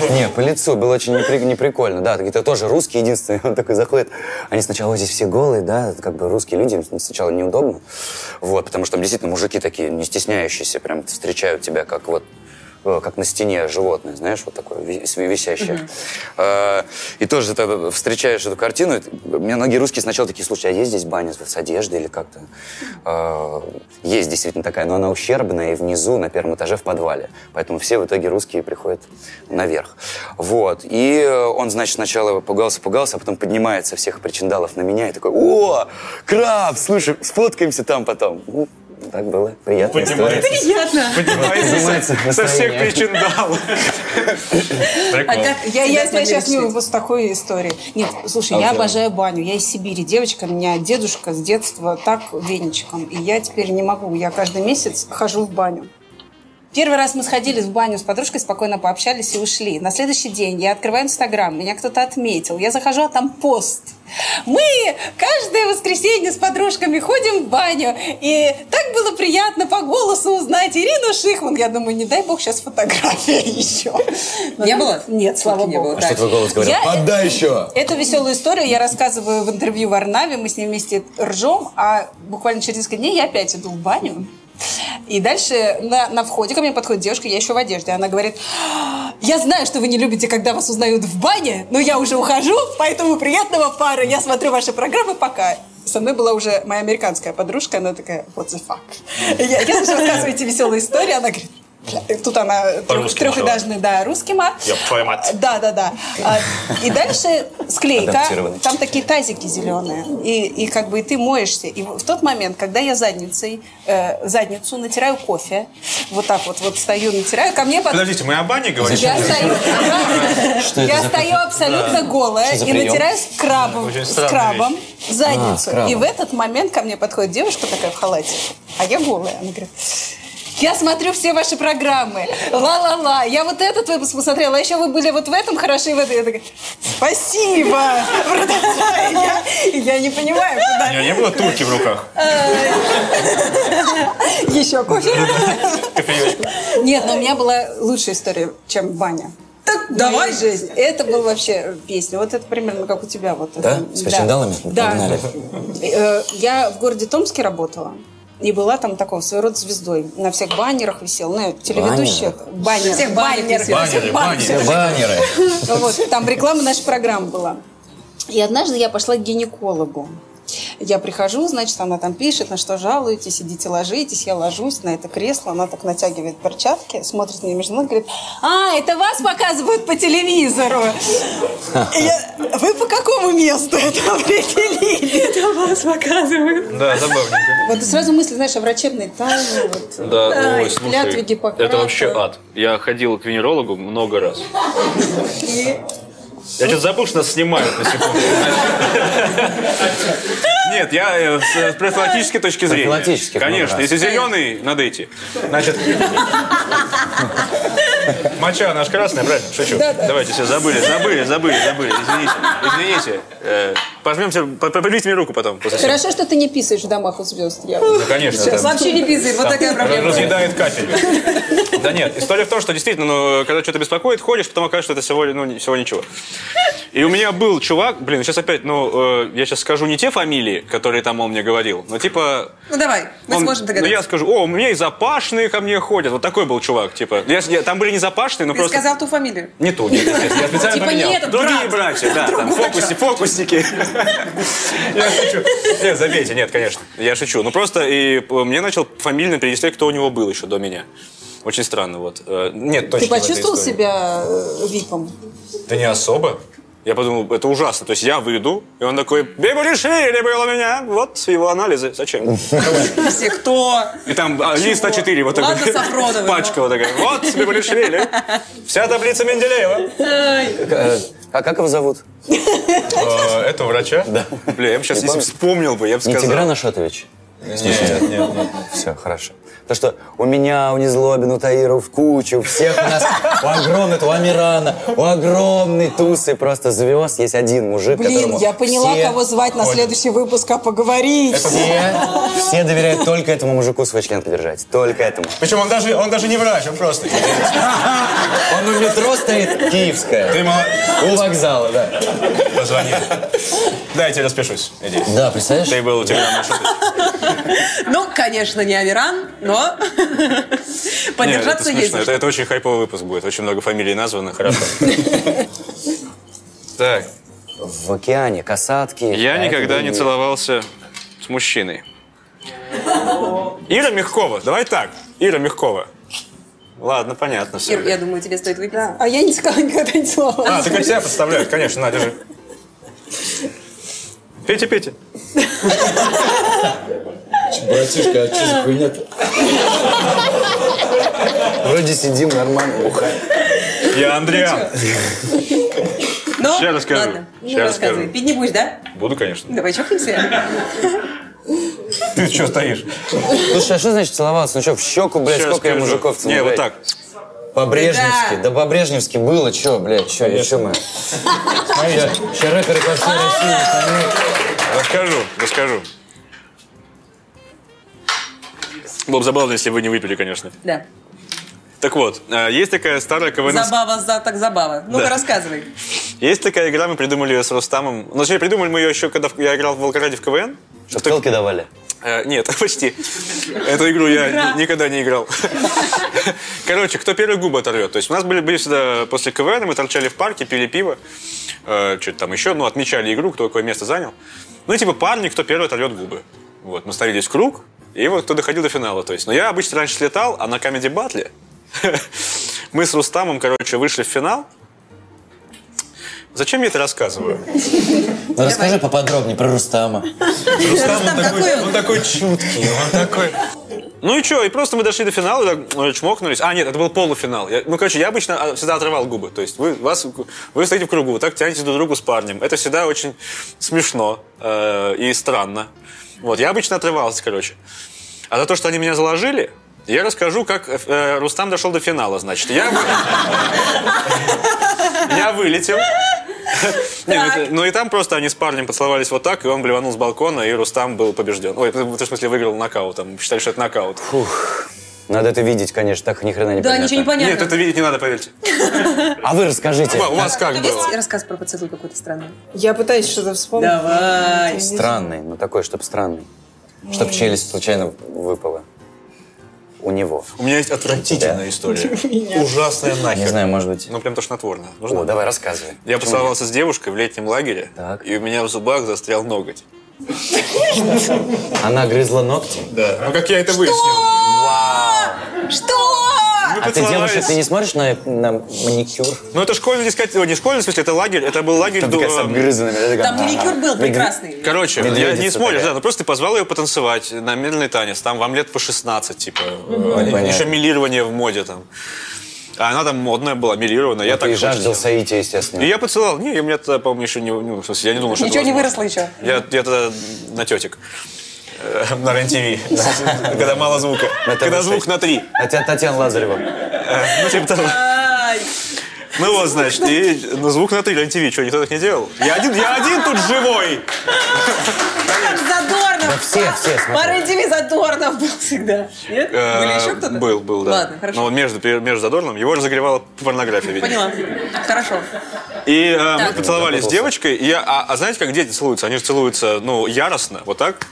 A: Не, по лицу было очень непри- неприкольно. Да, какие-то тоже русские единственные. Он такой заходит. Они сначала «Ой, здесь все голые, да, как бы русские люди, им сначала неудобно. Вот, потому что там действительно мужики такие не стесняющиеся, прям встречают тебя как вот э, как на стене животное, знаешь, вот такое ви- с- висящее. Э, И тоже ты э, встречаешь эту картину. и ты- Меня многие русские сначала такие, слушай, а есть здесь баня с одеждой или как-то? Э, Есть действительно такая, но она ущербная и внизу, на первом этаже, в подвале. Поэтому все в итоге русские приходят наверх. Вот. И э, он, значит, сначала пугался, пугался, а потом поднимается всех причиндалов на меня и такой, о, краб, слушай, сфоткаемся там потом. Ну, так было. Приятная история.
I: Поднимается.
C: Приятно.
A: Поднимается
B: Со- Со всех
A: настроение.
B: причин дал.
C: А
I: Прикол.
C: как
G: Я, я
C: тебя
G: себя сейчас не
C: смогли
G: выпуск такой истории. Нет, слушай, я обожаю баню. Я из Сибири девочка, меня дедушка с детства так веничком. И я теперь не могу. Я каждый месяц хожу в баню. Первый раз мы сходили в баню с подружкой, спокойно пообщались и ушли. На следующий день я открываю Инстаграм, меня кто-то отметил. Я захожу, а там пост. Мы каждое воскресенье с подружками ходим в баню. И так было приятно по голосу узнать Ирину Шихман. Я думаю, не дай бог сейчас фотография еще.
C: Не было?
G: Нет, слава
C: Не
G: богу.
C: было,
A: А что твой голос говорил?
G: Я-
A: Подай еще!
G: Эту веселую историю я рассказываю в интервью в Арнаве, мы с ним вместе ржем, а буквально через несколько дней я опять иду в баню. И дальше на, на входе ко мне подходит девушка, я еще в одежде. Она говорит, «А, я знаю, что вы не любите, когда вас узнают в бане, но я уже ухожу, поэтому приятного пары. Я смотрю ваши программы, пока. Со мной была уже моя американская подружка, она такая, what the fuck. И Я, я слушаю, рассказываете веселые истории, она говорит, «Бля». И тут она
I: По-русски
G: трехэтажный, да, русским, а.
I: Я б твою мать.
G: Да, да, да. А, И дальше склейка.
A: Адаптированный.
G: Там такие тазики зеленые. И, и как бы и ты моешься. И в тот момент, когда я задницей, э, задницу натираю кофе, вот так вот, вот стою, натираю, ко мне под...
I: Подождите, мы о бане говорим?
G: Я стою,
A: Что это
G: я
A: за
G: стою абсолютно голая
A: за
G: и
A: прием?
G: натираю с крабом,
I: Очень
G: с
I: странная
G: крабом
A: А, с
G: задницу.
A: крабом.
G: и в этот момент ко мне подходит девушка такая в халате, а я голая. Она говорит, я смотрю все ваши программы. Ла-ла-ла. Я вот этот выпуск посмотрела, а еще вы были вот в этом хороши, и в этом. Я такая, спасибо. Продолжай. Я, я не понимаю,
I: У
G: куда.
I: него не было турки в руках?
G: Еще кофе. Нет, но у меня была лучшая история, чем баня. Так
C: давай.
G: жизнь. Это была вообще песня. Вот это примерно как у тебя. Вот
A: Да?
G: это.
A: С причиндалами?
G: Да.
A: Погнали.
G: Э, Я в городе Томске работала. И была там таком своего рода звездой. На всех баннерах висела, на телеведущих. Баннер.
C: Всех баннерах
G: Баннер.
C: висела.
I: Баннеры, баннеры.
A: Баннеры.
G: Вот, там реклама нашей программы была. И однажды я пошла к гинекологу. Я прихожу, значит, она там пишет, на что жалуетесь, идите ложитесь. Я ложусь на это кресло, она так натягивает перчатки, смотрит мне между ног, говорит, а, это вас показывают по телевизору. И я, Вы по какому месту это определили?
E: Это вас показывают.
I: Да, забавненько.
G: Вот и сразу мысли, знаешь, о врачебной тайне. вот.
B: Да, ой,
G: клятве Гиппократа.
B: это вообще ад. Я ходил к венерологу много раз.
I: Я что-то забыл, что нас снимают на секунду.
B: Нет, я э, с э, с профилактической точки зрения.
A: Профилактически, ну,
B: Конечно,
A: да.
B: если зеленый, надо идти.
I: Значит, моча наш красная, правильно? Шучу.
B: Давайте все забыли, забыли, забыли, забыли. Извините, извините. Э, Пожмемся, по- по- подвиньте мне руку потом. после всего.
G: Хорошо, что ты не писаешь в домах у звезд. Я
I: Ну, конечно. там
C: Вообще не писает, вот такая
I: раз-
C: проблема.
I: Разъедает кафель.
B: Да нет, история в том, что действительно, ну, когда что-то беспокоит, ходишь, потом оказывается, что это всего, ну, не- всего ничего. И у меня был чувак, блин, сейчас опять, ну, э, я сейчас скажу не те фамилии, которые там он мне говорил, но типа...
C: Ну давай, мы
B: он-
C: сможем
B: ну, я
C: догадаться.
B: скажу, о, у меня и запашные ко мне ходят. Вот такой был чувак, типа. Я с- я- там были не запашные, но
C: Ты
B: просто...
C: сказал ту фамилию.
B: Не ту, нет, естественно, я специально
C: Типа
B: поменял.
C: не этот
B: Другие
C: брат.
B: братья, да, там фокусы, фокусники. Я шучу. Нет, забейте, нет, конечно, я шучу. Ну просто и э, мне начал фамильно перечислять, кто у него был еще до меня. Очень странно, вот. Э, Нет, точно.
G: Ты почувствовал себя э, випом?
I: Да не особо.
B: Я подумал, это ужасно. То есть я выйду, и он такой, решили было меня. Вот его анализы. Зачем?
C: Все кто?
B: И там а, лист А4 вот такой.
C: Ладно, Сафронова, ну.
B: Пачка вот такая. Вот, решили Вся таблица Менделеева.
A: А как его зовут?
I: Э, Это врача? Да.
B: Бля, я бы сейчас, если бы вспомнил бы, я бы
A: Не
B: сказал.
A: Тигран Ашотович?
I: Нет, нет, нет.
A: Все, хорошо. То, что у меня, у Незлобина, у Таира, в кучу, у всех у нас, у огромной, у Амирана, у огромной тусы просто звезд есть один мужик,
G: Блин,
A: которому
G: я поняла,
A: все,
G: кого звать на следующий выпуск, а поговорить.
A: все, все доверяют только этому мужику свой член подержать, только этому.
I: Причем он даже, он даже не врач, он просто.
A: Он у метро стоит, Киевская,
I: Ты мало...
A: у вокзала, да.
I: Позвони. Да, я тебе распишусь. Иди.
A: Да, представляешь?
B: Ты был у тебя
C: Ну, конечно, не Амиран, но
B: Нет, это
C: поддержаться есть.
B: смешно.
C: за
B: Это,
C: что.
B: это очень хайповый выпуск будет. Очень много фамилий названо. Хорошо. Так.
A: В океане, касатки.
B: Я
A: поэтому
B: никогда не целовался с мужчиной. Ира Мягкова. Давай так. Ира Мягкова. Ладно, понятно
C: Ир, я
B: все.
C: думаю, тебе стоит выпить.
G: А я не сказала, никогда не целовалась.
I: А, ты как себя подставляют, конечно, на, держи.
B: Пейте, пейте.
A: Братишка, а что за хуйня Вроде сидим нормально, бухаем.
I: Я Андриан.
C: Но,
B: ща расскажу,
C: ну, Ладно,
B: ща
C: ну, рассказывай.
B: расскажу.
C: Пить не будешь, да?
I: Буду, конечно.
C: Давай чокнемся.
I: Ты что стоишь?
A: Слушай, а что значит целоваться? Ну что, в щеку, блядь,
B: Ща
A: сколько я
B: расскажу.
A: мужиков целую?
B: Не, вот
A: блядь?
B: так.
A: По-брежневски.
C: Да.
A: Да, по-брежневски было, что, блядь, что, еще мы? Сейчас рэперы по всей
C: А!
A: России.
B: Расскажу, расскажу. Было бы забавно, если бы вы не выпили, конечно.
C: Да.
B: Так вот, э, есть такая старая КВН...
C: Забава, за так забава. Ну-ка,
B: Да.
C: рассказывай.
B: Есть такая игра, мы придумали ее с Рустамом. Ну, точнее, придумали мы ее еще, когда в- я играл в Волгограде в КВН.
A: Шутелки давали?
B: Э, нет, почти. Эту игру я ни- никогда не играл. Короче, кто первый губы оторвет. То есть у нас были, были всегда после КВН, мы торчали в парке, пили пиво, что-то там еще, ну, отмечали игру, кто какое место занял. Ну, и типа парни, кто первый оторвет губы. Вот, мы становились в круг, и вот кто доходил до финала. То есть, но я обычно раньше слетал, а на Камеди Батле мы с Рустамом, короче, вышли в финал. Зачем я это рассказываю?
A: Ну расскажи поподробнее про Рустама.
I: Рустам,
C: какой
I: он такой,
C: он?
I: он такой чуткий, он такой...
B: Ну и что, и просто мы дошли до финала, так, э, чмокнулись. А, нет, это был полуфинал. Я- ну, короче, я обычно а, всегда отрывал губы. То есть вы, вас, вы стоите в кругу, вот так тянетесь друг к другу с парнем. Это всегда очень смешно э, и странно. Вот, я обычно отрывался, короче. А за то, что они меня заложили, я расскажу, как э, э, Рустам дошел до финала, значит. Я, вы- я вылетел. Не, ну, это- ну и там просто они с парнем поцеловались вот так, и он блеванул с балкона, и Рустам был побежден. Ой, в в смысле выиграл нокаутом. Считали, что это нокаут.
A: Надо это видеть, конечно, так ни хрена не
C: Да,
A: понятно.
C: ничего не понятно.
B: Нет, это видеть не надо, поверьте.
A: А вы расскажите.
B: У вас как было?
C: Есть рассказ про поцелуй какой-то странный?
G: Я пытаюсь что-то вспомнить.
C: Давай.
A: Странный, ну такой, чтоб странный. Чтоб челюсть случайно выпала. У него.
I: У меня есть отвратительная история. Ужасная
A: Не
I: нахер.
A: знаю, может быть...
B: Ну, прям тошнотворно. Нужно?
A: О, давай, рассказывай.
B: Я поцеловался с девушкой в летнем лагере,
A: Так.
B: и у меня в зубах застрял ноготь.
A: Она грызла ногти?
I: Да. Ну, как я это выяснил?
C: Что?
B: Мы
A: А ты,
B: поцеловались.
A: девушка, ты не смотришь на, на маникюр?
B: Ну, это школьный дискотека, не школьный, в смысле, это лагерь, это был лагерь...
A: Там
B: до-
A: такая с обгрызанными. да, такая,
C: Там маникюр был прекрасный.
B: Короче, я не
A: Медведица
B: смотришь,
A: такая.
B: да, ну просто ты позвал ее потанцевать на медленный танец, там вам лет по 16, типа, э,
A: Понятно.
B: еще милирование в моде там. А она там модная была, милированная, я
A: Я
B: так
A: Ну, и жаждал
B: хотел.
A: соития,
B: И
A: естественно.
B: я поцеловал. Не, у меня тогда, по-моему, еще не... Ну, в смысле, я не думал, что это
C: Ничего не
B: возможно.
C: выросло еще.
B: Я, я тогда на тетик. э,
I: На РЕН-ТВ. Когда мало звука.
B: Когда звук на три.
A: Хотя Татьяна Лазарева.
B: Ну, типа того.
C: Ай,
B: Ну вот, значит, и ну, звук на три, РЕН-ТВ, что, никто так не делал? Я один, я один тут живой!
C: Как задорно.
A: все, все смотрят.
C: По РЕН-ТВ Задорнов был всегда. Нет? Были
B: Э,
C: еще кто-то?
B: Был, был, да.
C: Ладно, хорошо.
B: Но он между, между Задорным, его разогревала порнография, видимо.
C: Поняла. Хорошо.
B: И э, мы
C: Так.
B: поцеловались с девочкой, и я, а, а знаете, как дети целуются? Они же целуются, ну, яростно, вот так.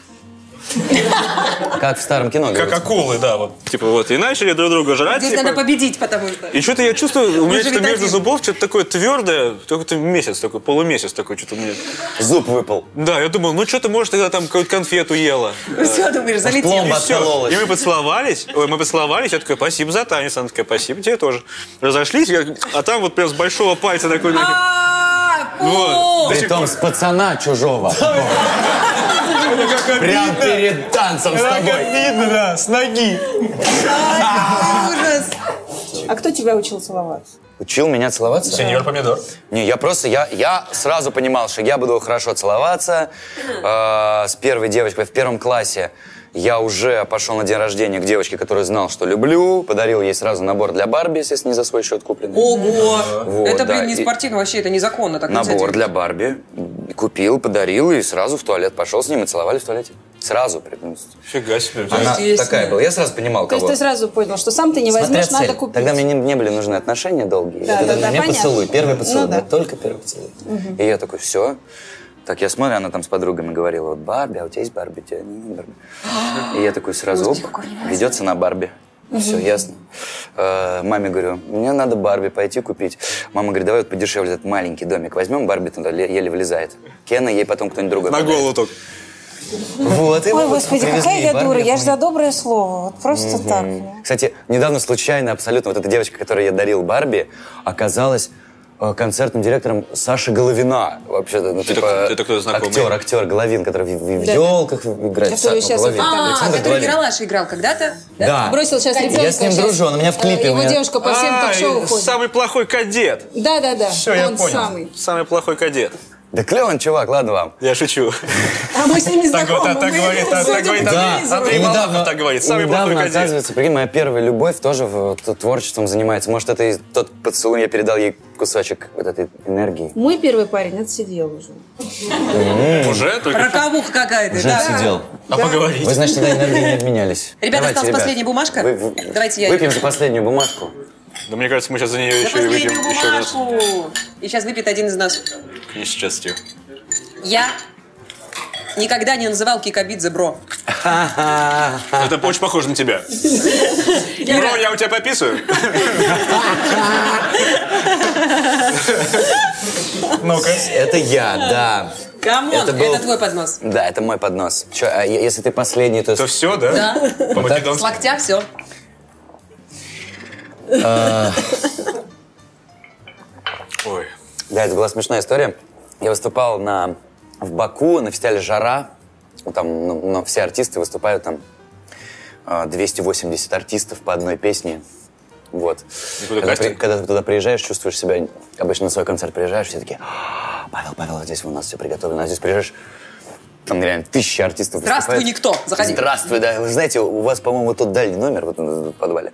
A: Как в старом кино.
I: Как
A: говорится.
I: акулы, да, вот.
B: Типа вот, и начали друг друга жрать.
C: Здесь
B: типа.
C: надо победить, потому что...
B: И что-то я чувствую, у меня
C: же
B: что-то
C: ведь
B: между
C: один.
B: зубов что-то такое твердое, только-то месяц, такой полумесяц такой что-то мне.
A: Зуб выпал.
B: Да, я думал, ну что ты, может, тогда там какую-то конфету ела.
C: Все, думаешь, залетел.
A: Пломба
B: Всё.
A: откололась.
B: И мы поцеловались, ой, мы поцеловались, я такой, спасибо за танец, она такая, спасибо тебе тоже. Разошлись, я- а там вот прям с большого пальца такой...
C: А,
B: Ну Вот.
C: фу!
A: Притом с пацана чужого. Прям перед танцем с тобой.
I: Видно, да, с ноги.
C: Ай, Ужас.
G: А кто тебя учил целоваться?
A: Учил меня целоваться?
I: Сеньор Помидор.
A: Не, я просто, я, я сразу понимал, что я буду хорошо целоваться. Э, с первой девочкой в первом классе я уже пошел на день рождения к девочке, которую знал, что люблю. Подарил ей сразу набор для Барби, естественно, не за свой счет купленный.
C: Ого!
A: Вот,
C: Это,
A: да,
C: блин, не
A: и-
C: спортивно вообще, это незаконно. так нельзя
A: Набор
C: делать.
A: для Барби. Купил, подарил и сразу в туалет пошел с ним и целовались в туалете. Сразу. при- ну,
B: Фига себе.
A: Она
C: Естественно.
A: такая была. Я сразу понимал,
G: То есть
A: кого.
G: ты сразу понял, что сам ты не
A: Смотря
G: возьмешь, надо
A: цель.
G: купить.
A: Тогда мне не, не были нужны отношения долгие.
G: Да,
A: Я
G: да,
A: тогда,
G: да,
A: мне
G: понятно.
A: поцелуй, первый поцелуй,
G: Ну да.
A: мне только первый поцелуй. И я такой, все. Так я смотрю, она там с подругами говорила, вот Барби, а у тебя есть Барби, у тебя не Барби. И я такой сразу, оп, ведется на Барби. Все, ясно. Э, Маме говорю, мне надо Барби пойти купить. Мама говорит, давай вот подешевле этот маленький домик возьмем, Барби туда ле- еле влезает. Кена ей потом кто-нибудь другой
B: На
A: подарит.
B: голову только.
A: Вот, и
G: Ой,
A: вот
G: господи,
A: привезли
G: какая
A: ей
G: я
A: Барби,
G: дура, я
A: помню.
G: же за доброе слово, вот просто так.
A: Кстати, недавно случайно абсолютно вот эта девочка, которой я дарил Барби, оказалась э, концертным директором Саши Головина. Вообще-то, ну,
B: Это
A: типа,
B: кто- это кто, знакомый?
A: Актер, актер Головин, который в, в- в «Елках» играет. Са-
G: Который сейчас-
A: Головин.
C: А,
A: Александр
C: который
A: Головин.
C: Ералаш играл когда-то?
A: Да.
G: Бросил сейчас ребенка.
A: Я с ним
G: сейчас,
A: дружу, он у меня в
G: э,
A: клипе, у
G: Его
A: меня-
G: девушка по всем ток-шоу
B: Ай,
G: ходит.
B: самый плохой кадет.
G: Да, да, да.
I: Всё, я
G: он
I: понял.
G: самый.
B: Самый плохой кадет.
A: Да клёвый он, чувак, ладно вам.
B: Я шучу.
G: А мы с ним не
I: Так вот,
G: знакомы.
I: а так
G: мы
I: говорит, а так
G: судим
I: говорит,
G: по
I: а-
G: телевизору.
B: Андрей
A: И
B: Малахов так говорит, самый
A: недавно,
B: плохой кадет.
A: оказывается, прикинь, моя первая любовь тоже вот творчеством занимается. Может, это и тот поцелуй, я передал ей кусочек вот этой энергии.
G: Мой первый парень отсидел уже.
B: Уже? Только
C: Роковуха какая-то.
A: Уже
C: да.
A: сидел.
I: А поговорить.
A: Вы, значит, тогда энергией не обменялись.
C: Ребята, осталась последняя бумажка.
A: Вы- вы-
C: Давайте я-
A: Выпьем за последнюю бумажку.
B: Да мне кажется, мы сейчас за нее
C: За
B: еще и выйдем
C: последнюю
B: еще раз.
C: бумажку. И сейчас выпьет один из нас.
B: Не сейчас стих.
C: Я никогда не называл Кикабидзе бро.
B: Это очень похоже на тебя. Бро, я у тебя пописываю?
I: Ну-ка.
A: Это я, да.
C: Камон,
A: Это
C: это,
A: был-
C: твой поднос.
A: Да, это мой поднос. Чё, а е- если ты последний, то...
B: Это все, да?
C: Да. С
I: По-македонски.
C: локтя все.
B: Ой.
A: Да, это была смешная история. Я выступал на... в Баку на фестивале «Жара». Ну, Там ну, ну, все артисты выступают, там э, 280 артистов по одной песне. Вот.
B: Никакой
A: Когда,
B: кастинг?
A: при- когда ты туда приезжаешь, чувствуешь себя... Обычно на свой концерт приезжаешь, все такие... «А, Павел, Павел, а здесь у нас все приготовлено. А здесь приезжаешь, там реально тысячи артистов
C: Здравствуй,
A: выступает.
C: никто. Заходи.
A: Здравствуй, да. Вы знаете, у вас, по-моему, тот дальний номер вот в подвале.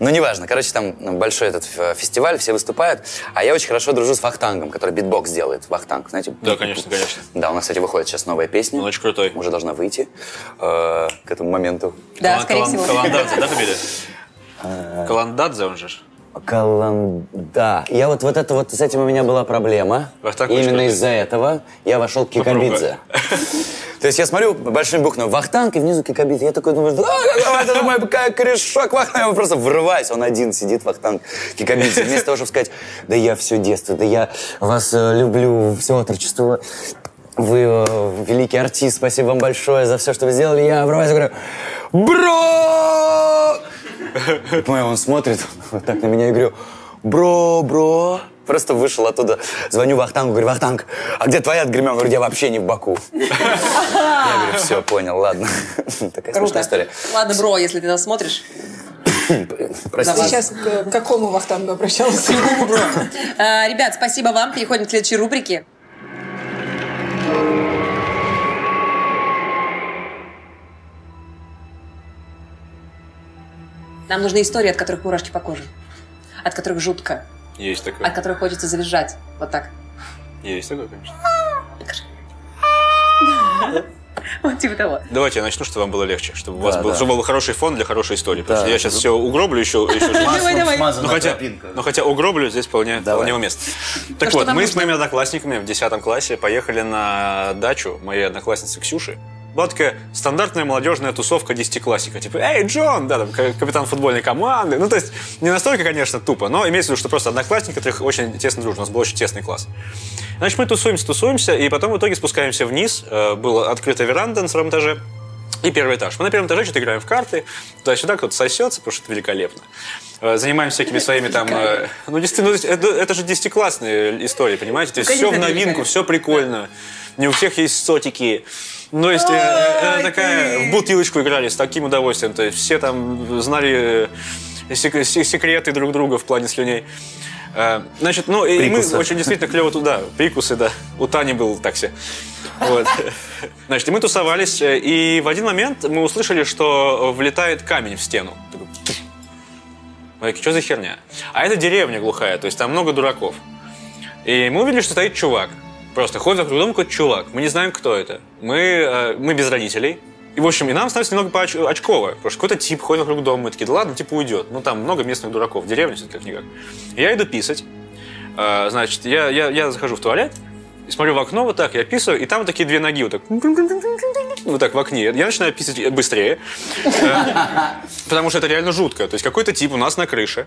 A: Ну, неважно. Короче, там большой этот э, фестиваль, все выступают. А я очень хорошо дружу с Вахтангом, который битбокс делает. Вахтанг, знаете?
B: Да, конечно, конечно.
A: Да, у нас, кстати, выходит сейчас новая песня.
B: Он очень крутой.
A: Уже должна выйти э, к этому моменту.
C: Да,
B: Калан-
C: скорее
B: Калан-
C: всего.
B: Каландадзе, да, фамилия? Каландадзе он же. ж.
A: Каланда. Я вот, вот это вот, с этим у меня была проблема.
B: Вахтанг
A: И
B: очень
A: Именно
B: крутой.
A: из-за этого я вошел к Кикабидзе. То есть я смотрю большими буквами «Вахтанг» и внизу «Кикабит». Я такой думаю, «Да, это же мой к- корешок Вахтанг». Я просто врываюсь, он один сидит, Вахтанг, Кикабит. И Вместо того, чтобы сказать «Да я все детство, да я вас э, люблю, все творчество». Вы э, великий артист, спасибо вам большое за все, что вы сделали. Я врываюсь и говорю «Бро!» Понял, он смотрит вот так на меня и говорю, бро, бро. Просто вышел оттуда, звоню Вахтангу, говорю, Вахтанг, а где твоя отгремел? Говорю, я вообще не в Баку. Я говорю, все, понял, ладно. Такая
C: Круто.
A: смешная история.
C: Ладно, бро, если ты нас смотришь.
G: Ты
A: Простите.
G: сейчас к какому вахтангу обращался?
C: Э, Ребят, спасибо вам. Переходим к следующей рубрике. Нам нужны истории, от которых мурашки по коже. От которых жутко.
B: Есть
C: От
B: такое.
C: которых хочется завизжать. Вот так.
B: Есть такое, конечно.
C: Вот типа того.
B: Давайте я начну, чтобы вам было легче, чтобы у вас
A: Да,
B: был,
A: да.
B: чтобы был хороший фон для хорошей истории. Потому
A: Да.
B: что я сейчас все угроблю еще. еще же.
C: Давай, давай.
B: Ну хотя, ну хотя угроблю здесь вполне,
A: Давай.
B: вполне уместно. Так
C: А что
B: вот,
C: там
B: мы с
C: нужно?
B: моими одноклассниками в 10 классе поехали на дачу моей одноклассницы Ксюши. Была такая стандартная молодежная тусовка десятиклассника. Типа, эй, Джон, да, там, к- капитан футбольной команды. Ну, то есть, не настолько, конечно, тупо, но имеется в виду, что просто одноклассники, которых очень тесно дружат. У нас был очень тесный класс. Значит, мы тусуемся, тусуемся, и потом в итоге спускаемся вниз. Э, Была открыта веранда на втором этаже. И первый этаж. Мы на первом этаже что-то играем в карты, туда-сюда кто-то сосется, потому что это великолепно. Э, Занимаемся всякими своими там... э, Ну, действительно, ну, то есть это, это же десятиклассные истории, понимаете? То есть все в
C: конечно,
B: новинку,
C: великолепно.
B: все прикольно. Не у всех есть сотики. Ну, то есть э, э, э, такая... В бутылочку играли с таким удовольствием. То есть все там знали э, сек- се- секреты друг друга в плане слюней. Э, Значит, ну, и мы
A: Прикусы.
B: очень действительно клево туда. Прикусы, да. У Тани был такси. Вот. Значит, и мы тусовались, э, и в один момент мы услышали, что влетает камень в стену. Такой пф. Мы такие, что за херня? А это деревня глухая, то есть там много дураков. И мы увидели, что стоит чувак. Просто ходит вокруг дома какой-то чувак. Мы не знаем, кто это. Мы, э, мы без родителей. И, в общем, и нам становится немного пооч- очково. Потому что какой-то тип ходит вокруг дома. Мы такие, да ладно, типа уйдет. Ну, там много местных дураков. Деревня все-таки как-никак. И я иду писать. Э, значит, я, я, я захожу в туалет. И смотрю в окно вот так, я писаю, и там вот такие две ноги вот так, вот так в окне. Я начинаю писать быстрее, Э, потому что это реально жутко. То есть какой-то тип у нас на крыше,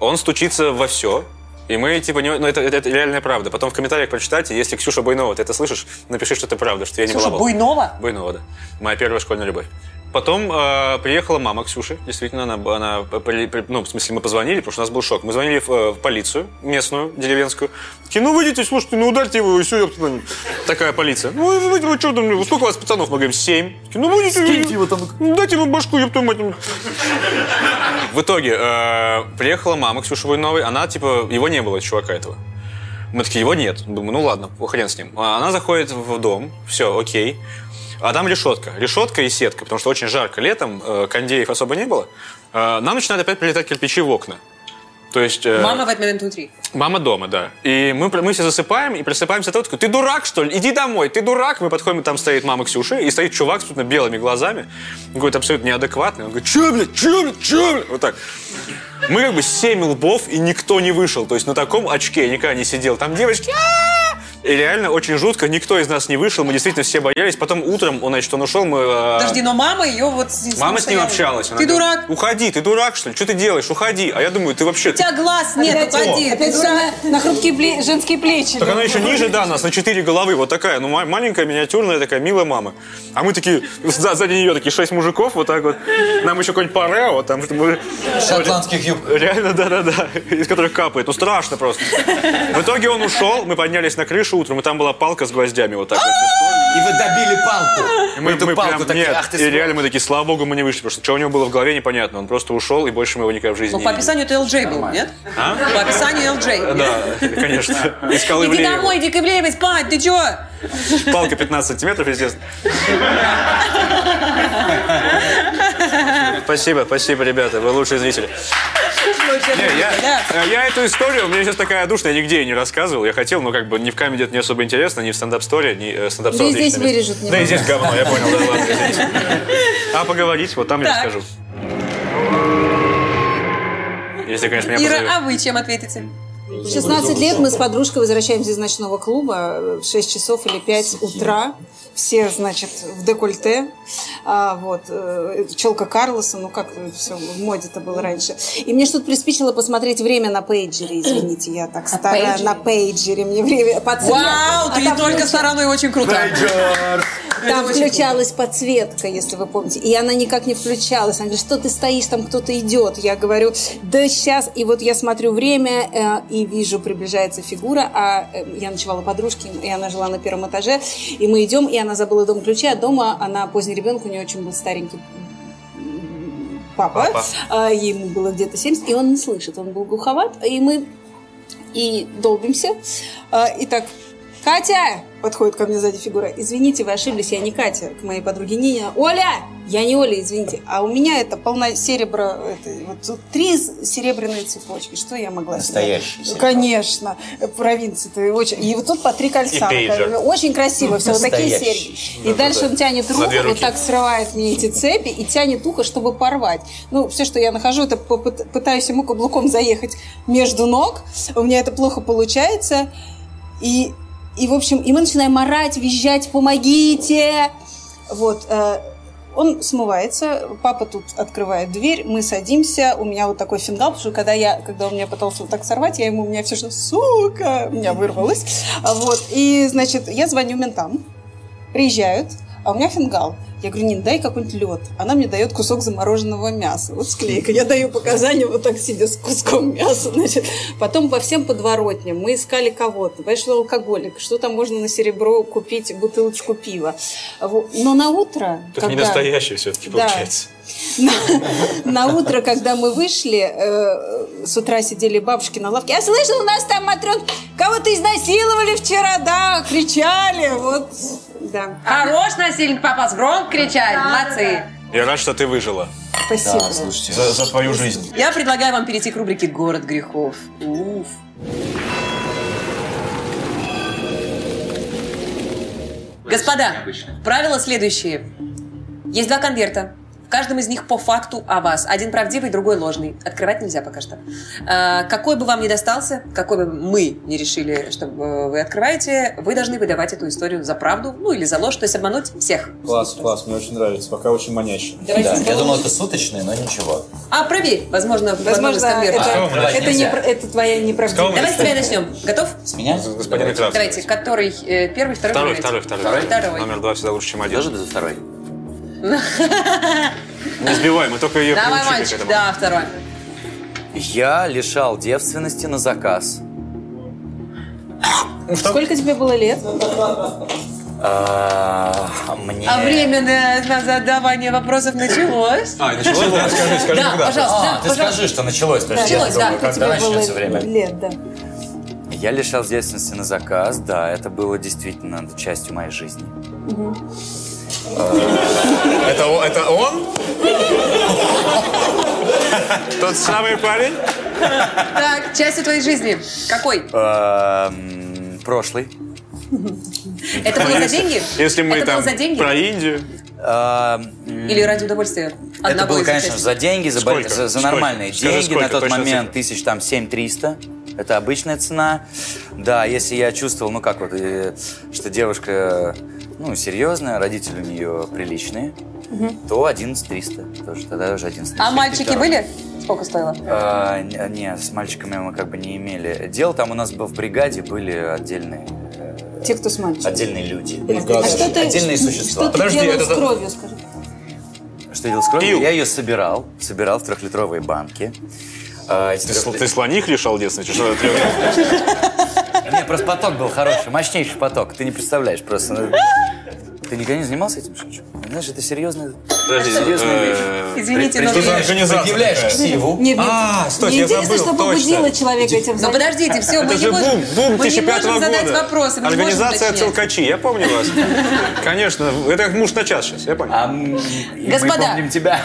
B: он стучится во все. И мы, типа, не... ну, это, это- это реальная правда. Потом в комментариях прочитайте, если Ксюша Буйнова, ты это слышишь, напиши, что это правда, что я не
C: Слушай,
B: балабол.
C: Буйнова?
B: Буйнова, да. Моя первая школьная любовь. Потом э, приехала мама Ксюши, действительно, она, она при- при- ну, в смысле, мы позвонили, потому что у нас был шок. Мы звонили в, э, в полицию местную, деревенскую. Такие, ну, выйдите, слушайте, ну, ударьте его, и все, я позвоню». Такая полиция. Ну, вы, вы- вы что там, ну, сколько у вас пацанов? Мы говорим, семь. Такие, ну, выйдите, его там. Ну, дайте ему башку, я мать. ну». В итоге э, приехала мама Ксюши Буйновой, она, типа, его не было, чувака этого. Мы такие, его нет. Думаю, ну ладно, хрен с ним. А Она заходит в дом, все, окей. А там решетка. Решетка и сетка, потому что очень жарко летом, э, кондеев особо не было. Э, Нам начинают опять прилетать кирпичи в окна. То есть... э,
C: Мама в этот момент внутри.
B: Мама дома, да. И мы, мы все засыпаем и просыпаемся от того, такой, ты дурак, что ли? Иди домой, ты дурак. Мы подходим, и там стоит мама Ксюши, и стоит чувак с абсолютно белыми глазами. Он говорит, абсолютно неадекватный. Он говорит, че, блядь, че, блядь, че, блядь? Вот так. Мы как бы семь лбов, и никто не вышел. То есть на таком очке я никогда не сидел. Там девочки, «А-а-а!» и реально очень жутко, никто из нас не вышел, мы действительно все боялись. Потом утром, он, значит, он ушел, мы... э,
C: Подожди, но мама ее вот... с-
B: Мама с ним
C: стояла.
B: общалась. Она
C: Ты
B: говорит,
C: дурак.
B: Уходи, ты дурак, что ли? Что ты делаешь? Уходи. А я думаю, ты вообще...
C: У тебя глаз нет, уходи. ты
G: Опять же,
C: дурак.
G: на- на хрупкие пле- женские плечи.
B: Так она еще ниже, да, нас на четыре головы, вот такая, ну, ма- маленькая, миниатюрная такая, милая мама. А мы такие, за- сзади нее такие шесть мужиков, вот так вот. Нам еще какой-нибудь парео, там, что мы...
I: Шотландских юб.
B: Реально, да-да-да, из которых капает. Ну, страшно просто. В итоге он ушел, мы поднялись на крышу утром, и там была палка с гвоздями вот так вот.
I: И вы добили палку.
B: И мы,
I: Эту
B: мы
I: палку
B: прям,
I: так,
B: нет,
I: ах ты
B: и
I: сволочь.
B: реально мы такие, слава богу, мы не вышли, потому что что у него было в голове, непонятно. Он просто ушел, и больше мы его никогда в жизни
C: Ну,
B: не
C: по
B: видели.
C: описанию это LJ был, нет? По описанию LJ.
B: А? Да, конечно. Искал
C: Иди
B: Ивлеева.
C: домой, иди к Ивлеевой спать, ты чё?
B: Палка 15 сантиметров, естественно. Спасибо, спасибо, ребята, вы лучшие зрители. Не, я, э, я эту историю, у меня сейчас такая душная, я нигде ее не рассказывал. Я хотел, но как бы ни в камеди это не особо интересно, ни в стендап-сторе, ни э, стендап
G: Да и здесь вырежут, не
B: Да и здесь говно, я понял, да, ладно, извините. А поговорить, вот там я
C: Так.
B: расскажу. Если, конечно, меня
C: Ира, а
B: позовет.
G: а
C: вы а чем ответите?
G: В 16 лет мы с подружкой возвращаемся из ночного клуба э, в 6 часов или 5 утра. Все, значит, в декольте. А, вот. э, Челка Карлоса, ну как все в моде-то было раньше. И мне что-то приспичило посмотреть время на пейджере, извините, я так старая.
C: пейджере?
G: На пейджере мне время по цвету.
C: Вау,
G: А
C: ты не
G: там
C: только
G: включа-
C: сорала и очень круто.
G: Там включалась подсветка, если вы помните. И она никак не включалась. Она говорит, что ты стоишь, там кто-то идет. Я говорю, да сейчас. И вот я смотрю время э, и вижу, приближается фигура. А э, я ночевала у подружки, и она жила на первом этаже. И мы идем, и она забыла дом ключи, а дома она поздний ребенок, у нее очень был старенький м, папа. А, ему было где-то 70, и он не слышит. Он был глуховат, и мы и долбимся. А, И так, Катя! Подходит ко мне сзади фигура. Извините, вы ошиблись, я не Катя, к моей подруге Нине. Оля! Я не Оля, извините. А у меня это полна серебра, это, вот тут три с- серебряные цепочки. Что я могла себе- Ну,
J: Настоящие серебра.
G: Конечно. Провинции ты очень... И вот тут по три кольца.
I: пейджер.
G: Очень красиво. Все, вот такие
J: Настоящий.
G: серьги. И дальше он тянет руку,
I: две
G: вот
I: руки.
G: так срывает мне эти цепи и тянет ухо, чтобы порвать. Ну, все, что я нахожу, это попыт- пытаюсь ему каблуком заехать между ног. У меня это плохо получается. И, и в общем, и мы начинаем орать, визжать, помогите! Вот. э, он смывается, папа тут открывает дверь, мы садимся, у меня вот такой фингал, потому что когда, я, когда он меня пытался вот так сорвать, я ему, у меня все что, сука, у меня вырвалось. А Вот, и, значит, я звоню ментам, приезжают, а у меня фингал. Я говорю, Нин, дай какой-нибудь лед. Она мне дает кусок замороженного мяса. Вот склейка. Я даю показания вот так сидя с куском мяса. Значит. Потом по всем подворотням мы искали кого-то. Пошел алкоголик. Что там можно на серебро купить бутылочку пива. Вот. Но на утро...
I: Тут не
G: когда-
I: настоящий все-таки
G: Да.
I: получается.
G: на, на утро, когда мы вышли, э, с утра сидели бабушки на лавке. Я слышала, у нас там матрон кого-то изнасиловали вчера, да, кричали, вот, да.
C: Хорош насильник попался, громко кричали, молодцы.
B: Я рад, что ты выжила.
G: Спасибо.
J: Слушайте,
I: За, за твою жизнь.
C: Я предлагаю вам перейти к рубрике «Город грехов». Уф. Господа, правила следующие. Есть два конверта. В каждом из них по факту о вас. Один правдивый, другой ложный. Открывать нельзя пока что. Э, Какой бы вам ни достался, какой бы мы не решили, что э, вы открываете, вы должны выдавать эту историю за правду, ну или за ложь, то есть обмануть всех.
I: Класс, класс, мне очень нравится. Пока очень маняще.
J: да, я думал, это суточные, но ничего.
C: А, проверь, возможно, в одном из
G: Возможно,
C: конвертов.
G: это,
J: Давай,
G: это, не
J: нельзя.
G: про- это твоя неправдивая.
C: Давай с тебя начнем. Готов?
J: С меня?
B: Господин лейтенант.
C: Давайте, который э, первый, второй,
B: Второй,
C: выбирайте.
B: второй, второй,
C: Второй.
B: Номер два всегда лучше, чем один.
A: Даже за второй?
B: Не сбивай, мы только ее
C: Давай,
B: приучили к
C: мальчик,
B: этому.
C: да, второй.
A: Я лишал девственности на заказ.
G: Сколько тебе было лет?
J: А, мне...
A: Э.
C: А время на, на задавание вопросов началось.
B: А, началось, да? Скажи, скажи,
C: да,
B: когда.
C: пожалуйста,
J: А,
C: да,
J: ты
C: пожалуйста.
J: скажи, что началось. потому что я
C: Началось, да,
J: думаю, Когда
G: Тебе было
J: начнется время?
G: лет, да. А
A: Я лишал девственности на заказ, да, это было действительно частью моей жизни.
I: Это, о- это он?
B: Тот самый парень?
C: Так, частью твоей жизни. Какой?
A: Эм, Прошлый.
C: Это было за деньги?
B: Если мы
C: Это
B: там
C: было за деньги?
B: про Индию.
A: Эм,
C: Или ради удовольствия?
A: Это
C: Одного
A: было,
C: из
A: конечно,
C: участников.
A: за деньги, за,
B: Сколько?
A: бо- за- за
B: Сколько?
A: нормальные
B: Скажи,
A: деньги.
B: сколько?
A: на тот
B: Точно
A: момент
B: цифра.
A: тысяч там 7300. Это обычная цена. Да, если я чувствовал, ну как вот, э, что девушка, ну, серьезная, родители у нее приличные, то 11300. Тоже, тогда уже 11
C: А мальчики были? Сколько стоило?
A: А, н- не, с мальчиками мы как бы не имели дел. Там у нас б- в бригаде были отдельные, э,
G: Те, кто с мальчиком.
A: отдельные люди.
G: А что ты,
A: Отдельные
G: что
A: существа.
G: ты
I: Подожди,
G: делал
I: это-
G: с кровью, скажи?
A: Что я делал с кровью?
B: Пил.
A: Я ее собирал, собирал в трехлитровые банки. А, эти
B: Ты,
A: трёхли-
B: сл- ты слоних лишал детства? Что это трёх?
A: Не, просто поток был хороший, мощнейший поток. Ты не представляешь просто. ну. Ты никогда не занимался этим, Шучу? Знаешь, это серьезная,
B: Подожди,
A: серьезная вещь.
B: э,
C: Извините, но...
I: Что за организация
J: Предъявляешь к
I: такая?
J: Сиву.
G: Нет, нет.
B: А, стой,
G: Мне
B: я
G: интересно,
B: забыл,
G: что
B: точно.
G: побудило человека этим
C: Но
G: заниматься.
C: подожди, все, мы
B: Это
C: не
B: же бум,
C: можем...
B: бум
C: мы не
B: 2005
C: можем задать
B: года.
C: вопросы, мы не можем
B: Организация
C: уточнять.
B: Целкачи, я помню вас. Конечно, это как муж на час сейчас, я понял.
A: А м, и
C: Господа.
A: мы помним тебя.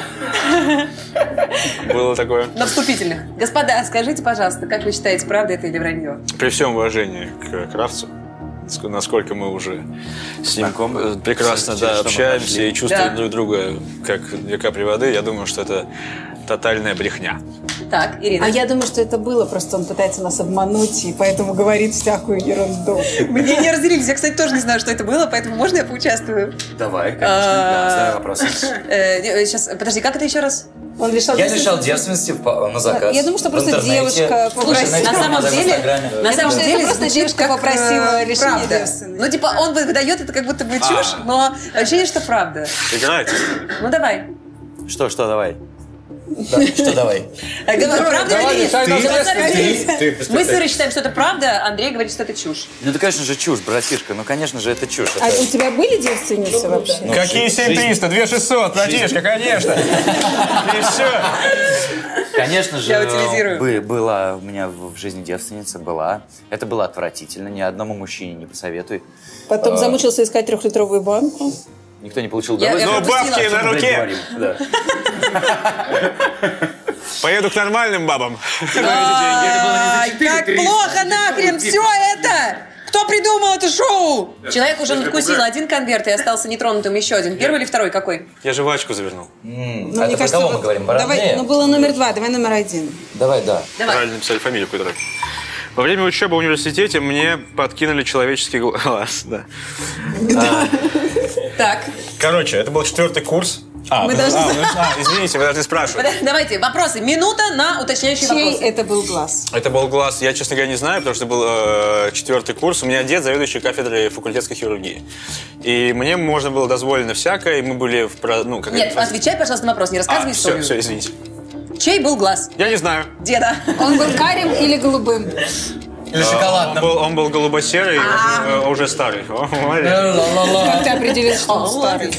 B: Было такое.
C: На вступительных. Господа, скажите, пожалуйста, как вы считаете, правда это или вранье?
B: При всем уважении к Кравцу, ск- насколько мы уже с ним э, прекрасно
I: Через
B: да,
I: что мы
B: общаемся
I: прошли.
B: и чувствуем
C: Да.
B: друг друга как две капли воды, я думаю, что это тотальная брехня.
C: Так, Ирина.
G: А я думаю, что это было, просто он пытается нас обмануть, и поэтому говорит всякую ерунду.
C: Мне не разделились. Я, кстати, тоже не знаю, что это было, поэтому можно я поучаствую? Э,
J: Давай, конечно,
C: А.
J: да, задавай вопросы.
C: Сейчас, подожди, как это еще раз?
G: Он лишал
J: Я лишал девственности по- на заказ.
G: Я думаю, что
J: В
G: просто
J: интернете.
G: девушка
J: Слушай,
G: попросила.
J: знаете,
C: на самом
J: даже в
C: деле-
J: Инстаграме.
C: На самом
G: потому что
C: деле
G: это просто
C: звучит
G: девушка
C: как,
G: попросила
C: э,
G: решения
C: правда.
G: девственности.
C: Ну, типа, он выдает это как будто
J: А.
C: бы чушь, но ощущение, что правда.
B: Играйте.
C: Ну, давай.
I: Что, что, давай.
J: Да, Что давай?
C: Э, говорю, Правда или нет?
J: Ты-
C: Ну, на самом деле,
J: ты- ты-
C: Мы с Ирой считаем, что это правда, а Андрей говорит, что это чушь.
A: Ну, это, конечно же, чушь, братишка. Ну, конечно же, это чушь.
G: А
A: Это-
G: у тебя были девственницы вообще?
B: Какие 7300, 2600, Надежка, конечно. И все.
A: Конечно же,
C: Я утилизирую.
A: бы- была у меня в в жизни девственница, была. Это было отвратительно, ни одному мужчине не посоветуй.
G: Потом замучился искать трехлитровую банку.
A: Никто не получил Ну,
C: Я-
A: удовольствия.
B: Но
C: пропустила.
B: бабки на
A: Мы
B: руке.
A: говорим, да.
B: Поеду к нормальным бабам.
C: Ай, Как плохо нахрен все это! Кто придумал это шоу? Человек уже надкусил один конверт и остался нетронутым еще один. Первый или второй какой?
B: Я жвачку завернул.
G: Ну,
J: А это про кого мы говорим?
G: Давай, ну
J: Барабнея?
G: было номер два, давай номер один.
J: Давай, да.
C: Давай.
B: Правильно написали фамилию какую-то. Во время учебы в университете мне подкинули человеческий гл- глаз. Да.
C: Так.
I: Короче, это был четвертый курс. А,
G: Мы должны-
B: А, ну, а, извините, вы должны спрашивать.
C: Пода- Давайте, вопросы. Минута на уточняющие
G: Чей
C: вопросы.
G: это был глаз?
B: Это был глаз, я, честно говоря, не знаю, потому что был э, четвертый курс. У меня дед заведующий кафедрой факультетской хирургии. И мне можно было дозволено всякое, и мы были в... про- Ну, как
C: Нет,
B: это-
C: отвечай, пожалуйста, на вопрос, не рассказывай
B: А, все,
C: историю.
B: все, извините.
C: Чей был глаз?
B: Я не знаю.
C: Деда.
G: Он был карим или голубым? Ну,
J: Или
B: Он
J: шоколадным?
B: был, он был голубо-серый,
C: А.
B: э, уже старый. О, смотри.
J: Ла-ла-ла.
G: Как ты определил, что А, он старый?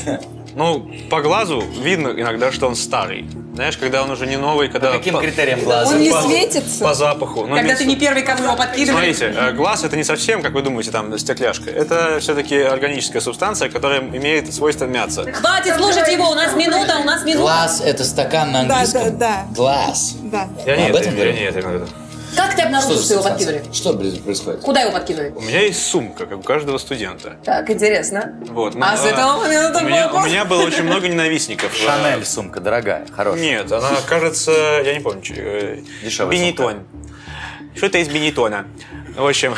B: Ну, по глазу видно иногда, что он старый. Знаешь, когда он уже не новый,
A: А
B: когда...
J: Каким
B: по-
J: критерием глаза?
G: Он не
B: по-
G: светится?
B: По запаху. Ну,
C: Когда
B: имеется
C: ты
B: в
C: не первый, кому его подкидывали.
B: Смотрите, э, глаз это не совсем, как вы думаете, там стекляшка. Это все-таки органическая субстанция, которая имеет свойство мяться.
C: Хватит слушать его, у нас минута, у нас минута.
J: Глаз – это стакан на английском?
G: да, да.
J: Глаз.
G: Да.
B: Я
J: Об
B: не, это,
J: этом
B: я
J: говорю.
B: не это имел в виду.
C: Как ты обнаружил, что его
J: субстанция?
C: подкинули?
J: Что, блин, происходит?
C: Куда его подкинули?
B: У меня есть сумка, как у каждого студента.
C: Так, интересно.
B: Вот. ну,
C: А с
B: э,
C: этого момента
B: у меня,
C: вопрос.
B: у меня было очень много ненавистников.
A: Шанель сумка, дорогая, хорошая.
B: Нет, она кажется, я не помню, чё, э,
A: Дешевая
B: Бенетон. Что-то из Бенетона. В общем.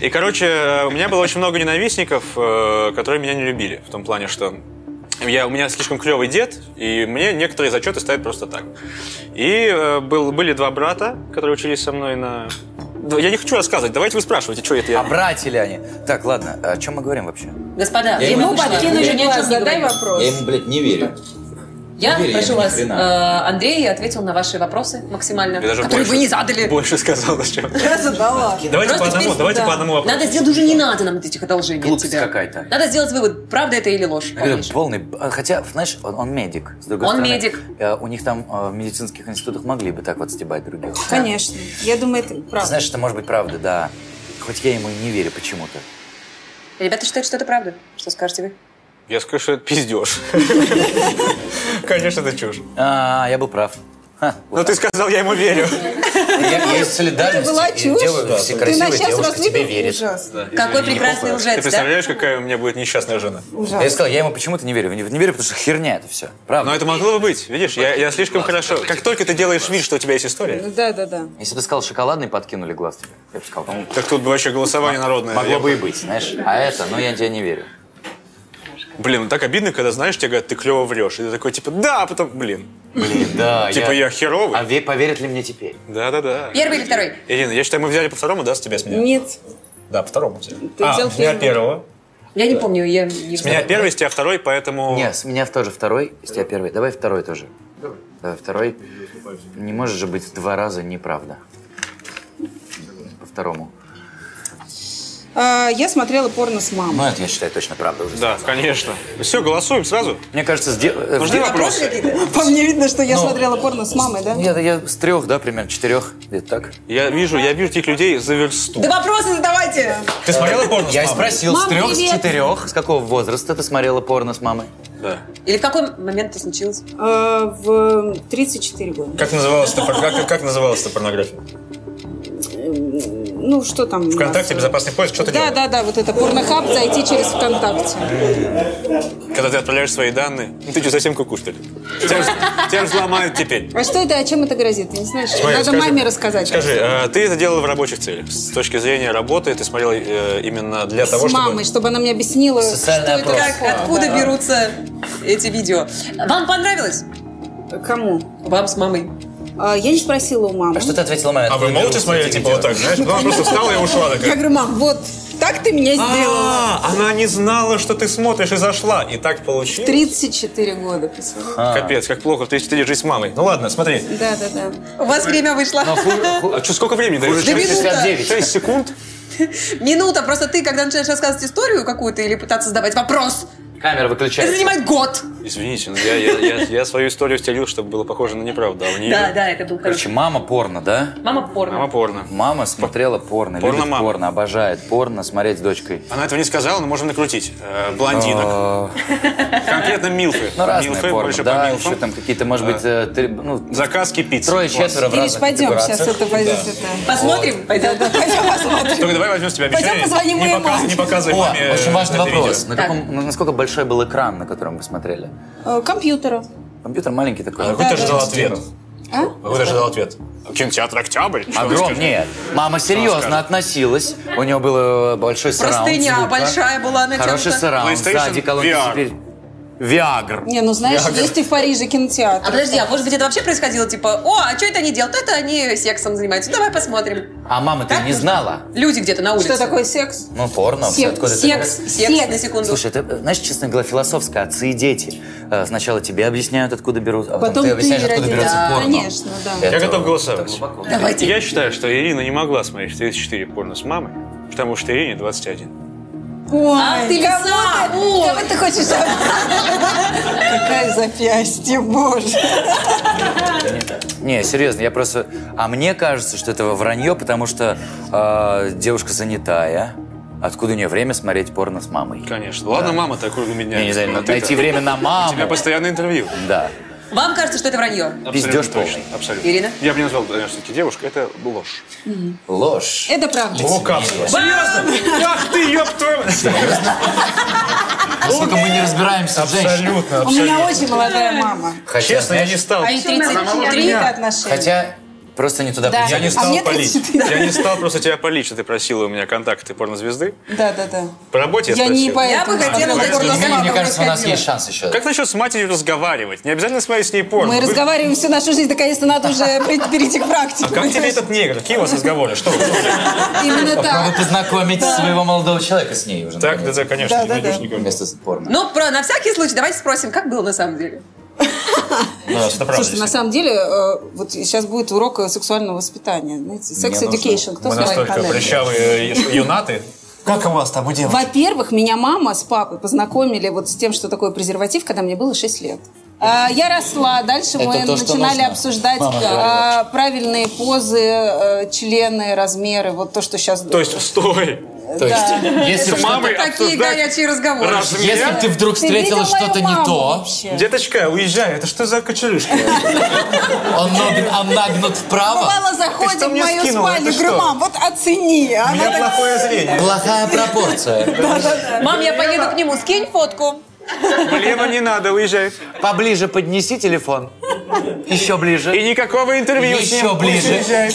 B: И, короче, у меня было очень много ненавистников, э, которые меня не любили. В том плане, что я, у меня слишком клевый дед, и мне некоторые зачеты ставят просто так. И э, был, были два брата, которые учились со мной на... Да, Я не хочу рассказывать, давайте вы спрашиваете, что это я...
A: А братья ли они? Так, ладно, о чем мы говорим вообще?
C: Господа,
J: Я
C: ему
J: ему пришла.
C: подкинули ни о чем не
G: задай
C: говорим.
G: вопрос.
J: Я ему, блядь, не верю.
C: Я
J: Уверен,
C: прошу
J: ни
C: вас, э,
J: хрена.
C: Андрей ответил на ваши вопросы максимально,
B: Я даже
C: которые вы
B: больше-
C: не задали.
B: Больше сказал, чем...
G: Я задала.
I: Давайте
C: Просто
I: по одному,
C: теперь-
I: давайте
G: да.
I: по одному вопросу.
C: Надо сделать уже не надо нам этих одолжений от
A: Глупость
C: тебя.
A: какая-то.
C: Надо сделать вывод, правда это или ложь.
A: Я говорю,
C: Конечно.
A: полный... б- а, Хотя, знаешь, он, он медик. С другой
C: Он
A: стороны,
C: медик.
A: э, У них там э, в медицинских институтах могли бы так вот стебать других.
G: Конечно. Я думаю, это
A: Ты
G: правда.
A: знаешь, это может быть правда, да. Хоть я ему и не верю почему-то.
C: Ребята считают, что это правда. Что скажете вы?
B: Я скажу, что это пиздеж. Конечно, это чушь.
A: А, я был прав. Ха,
B: Но ты сказал, я ему верю.
J: Я, я из солидарности
G: Это была
A: э,
J: и
G: чушь?
J: делаю
G: Да,
J: все
G: ты на
J: красивые
G: час
J: девушки, тебе
G: разлюбил?
J: верят.
G: Ужасно.
C: Какой прекрасный
B: Ты
C: лжец, да?
B: представляешь, какая у меня будет несчастная жена?
A: Я
G: Ужасно.
A: сказал, я ему почему-то не верю. Не, не верю, потому что херня это все. Правда.
B: Но это могло бы быть, видишь, я, я слишком хорошо. Как только ты делаешь вид, что у тебя есть история,
G: Ну Да, да, да.
A: Если бы ты сказал шоколадный, подкинули глаз тебе. Я бы сказал, ну,
B: так тут бы вообще голосование народное.
A: могло
B: Я-
A: бы и быть, знаешь. А это, ну я тебе не верю.
B: Блин, ну так обидно, когда знаешь, тебе говорят, ты клево врешь. И ты такой, типа, да, а потом, блин.
A: Блин, да.
B: Типа, я херовый.
A: А ве- поверят ли мне теперь?
B: Да-да-да.
C: Первый или второй?
B: Ирина, я считаю, мы взяли по второму, да, с тебя с меня?
G: Нет.
I: Да, по второму взяли.
G: Ты взял
I: а, с меня
G: первый.
I: первого.
C: Я не помню, я не
B: С меня первый, с тебя второй, поэтому...
A: Не, с меня тоже второй, с тебя первый. Давай второй тоже. Давай второй. Не может же быть в два раза неправда. По второму.
G: А, Я смотрела порно с мамой.
A: Ну, это я считаю точно правда уже.
B: Да, конечно. Все, голосуем сразу.
A: Мне кажется, с де- э, в
B: Нужны
A: де-
B: вопросы?
G: По мне видно, что я смотрела порно с мамой, да?
A: Ну, я, я с трех, да, примерно, четырех, где-то так.
B: Я вижу, я вижу этих людей за версту.
C: Да вопросы задавайте!
I: Ты смотрела порно с
A: Я и
I: мамой?
A: спросил,
G: Мам,
A: с трех,
G: привет.
A: с четырех, с какого возраста ты смотрела порно с мамой?
B: Да.
C: Или в какой момент это случилось?
G: А, В 34 года.
I: Как называлась эта пор- как, как называлась эта порнография?
G: ну что там? у нас?
I: ВКонтакте безопасный поиск, что ты
G: Да,
I: делаешь?
G: да, да, вот это порнохаб, зайти через ВКонтакте.
B: Когда ты отправляешь свои данные, ну ты что, совсем куку, что ли? Тебя ж- тебя ж взломают теперь.
G: А что это, а чем это грозит? Ты не знаешь?
B: Смотри,
G: Надо
B: скажи-
G: маме рассказать.
B: Скажи, а ты это делала в рабочих целях? С точки зрения работы ты смотрела э, именно для того,
G: С
B: чтобы...
G: мамой, чтобы она мне объяснила, что
J: Социальный
G: это
J: опрос.
G: такое.
C: Как, откуда
G: Да.
C: берутся эти видео? Вам понравилось?
G: Кому?
C: Вам с мамой.
G: А, Я не спросила у мамы.
J: А что ты ответила маме?
I: А вы молча смотрели, типа вот так, знаешь? Ну, она просто встала и ушла
G: Я
I: такая.
G: говорю, мам, вот так ты мне сделала.
I: А, она не знала, что ты смотришь, и зашла. И так получилось. А.
G: 34 года писала.
B: Капец, как плохо, ты, ты держись с мамой. Ну ладно, смотри.
G: Да, да, да.
C: У вас время вышло.
B: А что, сколько времени даешь?
C: Да минута.
B: 6 секунд?
C: Минута. Просто ты, когда начинаешь рассказывать историю какую-то или пытаться задавать вопрос,
J: Камера
C: это
J: выключается.
C: занимает год.
B: Извините, но я, я- я- я свою историю втелил, чтобы было похоже на неправду. А у нее...
C: Да, да, это был
A: Короче,
C: хороший.
A: мама порно, да?
C: Мама порно.
B: Мама порно.
A: Мама смотрела порно,
B: Порно
A: любит
B: мама.
A: порно, обожает порно, смотреть с дочкой.
B: Она этого не сказала, но можем накрутить. Э, блондинок.
A: Э,
B: Конкретно милфы.
A: Ну, разные
B: милфы,
A: порно,
B: больше по
A: да,
B: милфам.
A: еще там какие-то, может быть, э, три- ну,
B: Заказ кипит.
A: трое-четверо в
G: Ириш,
A: разных
G: пойдем, сейчас
A: конфигурациях.
G: это пойдет. это.
C: Посмотрим? Пойдем.
G: Пойдем посмотрим.
I: Только давай возьмем с тебя обещание.
G: Пойдем позвоним
I: не
G: моей
I: показ-
G: маме.
I: Не показывай
J: О,
I: маме. э,
J: очень важный
I: это
J: вопрос.
I: видео.
A: На каком, ну, насколько большой был экран, на котором вы смотрели?
G: Э, Компьютера.
A: Компьютер маленький такой.
I: А Какой ты ждал ответ?
G: А?
I: Какой ты ждал ответ?
B: Кинотеатр «Октябрь». Что вы
A: Огром,
B: скажете?
A: нет. Мама серьезно относилась. У нее был э, большой сараунд
C: Простыня
A: звука.
C: большая была натянута.
A: Хороший сараунд.
B: PlayStation
A: Сзади колонки
B: VR.
A: теперь. Виагр.
G: Не, ну знаешь, есть и в Париже
C: А
G: кинотеатр.
C: подожди, а может быть это вообще происходило типа, о, а что это они делают? Это они сексом занимаются. Ну, Давай посмотрим.
A: А мама ты
C: Так
A: не
C: нужно?
A: знала?
C: Люди где-то на улице.
G: Что такое секс?
A: Ну, порно.
G: Секс,
A: откуда ты-
C: Секс. Секс,
G: Секс.
C: на секунду.
A: Слушай, это, э, знаешь, честно говоря, философское. Отцы и дети. Э, Сначала тебе объясняют, откуда берут, а потом,
G: Потом
A: ты
G: ты
A: объясняешь, откуда
G: родила.
A: берется
G: Да,
A: порно.
G: Конечно, да.
A: Это
I: Я готов
A: вот
I: голосовать.
A: так глубоко.
C: Давайте.
B: Я считаю, что Ирина не могла смотреть 34 порно с мамой, потому что Ирине 21.
G: Ой,
C: Ах ты
G: кого
C: лиса!
G: ты-
C: Ой!
G: кого ты хочешь? Какая запястье, боже.
A: Не, серьезно, я просто... А мне кажется, что это вранье, потому что э, девушка занятая. Откуда у нее время смотреть порно с мамой?
B: Конечно. Ладно, мама такую у меня.
A: Я не знаю,
B: А
A: надо
B: ты-то-
A: найти время на
B: У тебя
A: маму.
B: постоянно интервью.
A: Да.
C: Вам кажется, что это вранье?
A: Пиздёж
B: Абсолютно
A: полный.
B: точно. Абсолютно.
C: Ирина?
B: Я бы не назвал, конечно, все-таки девушка. Это ложь.
A: Ложь.
G: Это правда.
I: О, капсула.
B: Ах ты, ёб твою...
A: Насколько мы не разбираемся в женщинах.
I: Абсолютно,
G: У меня
I: абсолютно.
G: очень молодая мама.
A: Хотя,
I: Честно, я
A: знаешь,
I: не стал.
C: А ей 33
G: Три
C: как?
G: отношения.
A: хотя просто не туда
G: Да.
A: пришли.
I: Я не
G: А
I: стал
G: мне
I: палить.
G: 34.
B: Я не стал просто тебя полить, что ты просила у меня контакты порнозвезды.
G: Да, да, да.
B: По работе я
G: Я не
B: спросил.
G: поэтому.
C: бы хотела
G: Она
C: дать
G: гордо
C: тебе-
G: слава
J: Мне кажется, у нас
G: выходила.
J: есть шанс еще.
B: Как насчет с матерью разговаривать? Не обязательно смотреть с ней порно.
G: Мы
B: Вы-
G: разговариваем всю нашу жизнь, наконец-то надо уже при- перейти к практике.
I: Как тебе этот негр? Какие у вас разговоры? Что вы?
G: Именно
J: Попробуй
G: так.
J: познакомить своего молодого человека с ней уже.
I: Так, да,
J: наконец.
I: да, конечно, не
G: Да, да,
I: найдешь
G: да.
I: никого.
J: Вместо с порно.
C: Ну, про, на всякий случай, давайте спросим, как было на самом деле.
I: Да, это правда.
G: Слушайте, на самом деле, э, вот сейчас будет урок э, сексуального воспитания. Знаете, секс
J: нужно-
G: education. Кто
I: ну, Мы
G: знает
I: настолько
G: канал?
I: прыщавые э, юнаты. Как у вас там у девушек?
G: Во-первых, меня мама с папой познакомили вот с тем, что такое презерватив, когда мне было 6 лет. А, Я росла, дальше мы
J: то, что
G: начинали
J: нужно.
G: обсуждать
J: Мама
G: а,
J: говорила.
G: правильные позы, э, члены, размеры, вот то, что сейчас...
B: То есть, стой.
J: То есть, если
B: С мамой
C: Такие
B: обсуждать
C: горячие разговоры.
G: А
J: Если
B: размер...
J: ты вдруг встретила что-то не то,
I: Деточка, уезжай, это что за кочерышка?
J: он наг- он нагнут вправо,
G: Бывало, заходит
I: что
G: в
I: мне
G: мою
I: скинула?
G: спальню,
I: Это
G: говорю,
I: что?
G: мам, вот оцени. А
I: У
G: Она
I: меня
G: так,
I: плохое зрение.
J: плохая пропорция.
C: Мам, я поеду к нему, скинь фотку.
B: Блин, ну не надо, уезжай.
J: Поближе поднеси телефон. Еще ближе.
B: И никакого интервью с ним.
J: Еще ближе.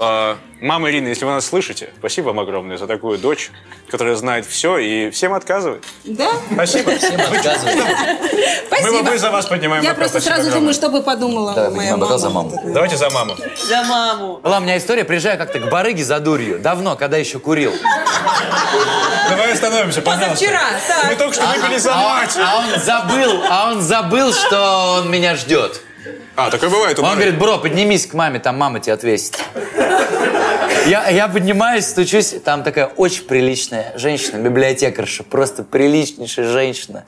B: А, Мама Ирина, если вы нас слышите, спасибо вам огромное за такую дочь, которая знает все и всем отказывает.
G: да?
I: Спасибо. Мы
C: Спасибо.
I: бобы за вас поднимаем.
G: Я
I: бокал.
G: просто
I: Спасибо
G: сразу
I: огромное.
G: думаю, что бы подумала
A: Да,
G: моя
A: поднимаем бокал за
G: мама.
A: маму.
I: Давайте за маму.
C: За маму.
A: Была у меня история, приезжаю как-то к барыге за дурью. Давно, когда еще курил.
I: Давай остановимся, пожалуйста.
C: Позавчера, так.
I: Мы только что выпили за
A: А
I: мать.
A: он, а он забыл, а он забыл, что он меня ждет.
B: А, такое бывает у
A: Он
B: мамы.
A: говорит, бро, поднимись к маме, там мама тебя отвесит. Я, я поднимаюсь, стучусь, там такая очень приличная женщина, библиотекарша, просто приличнейшая женщина.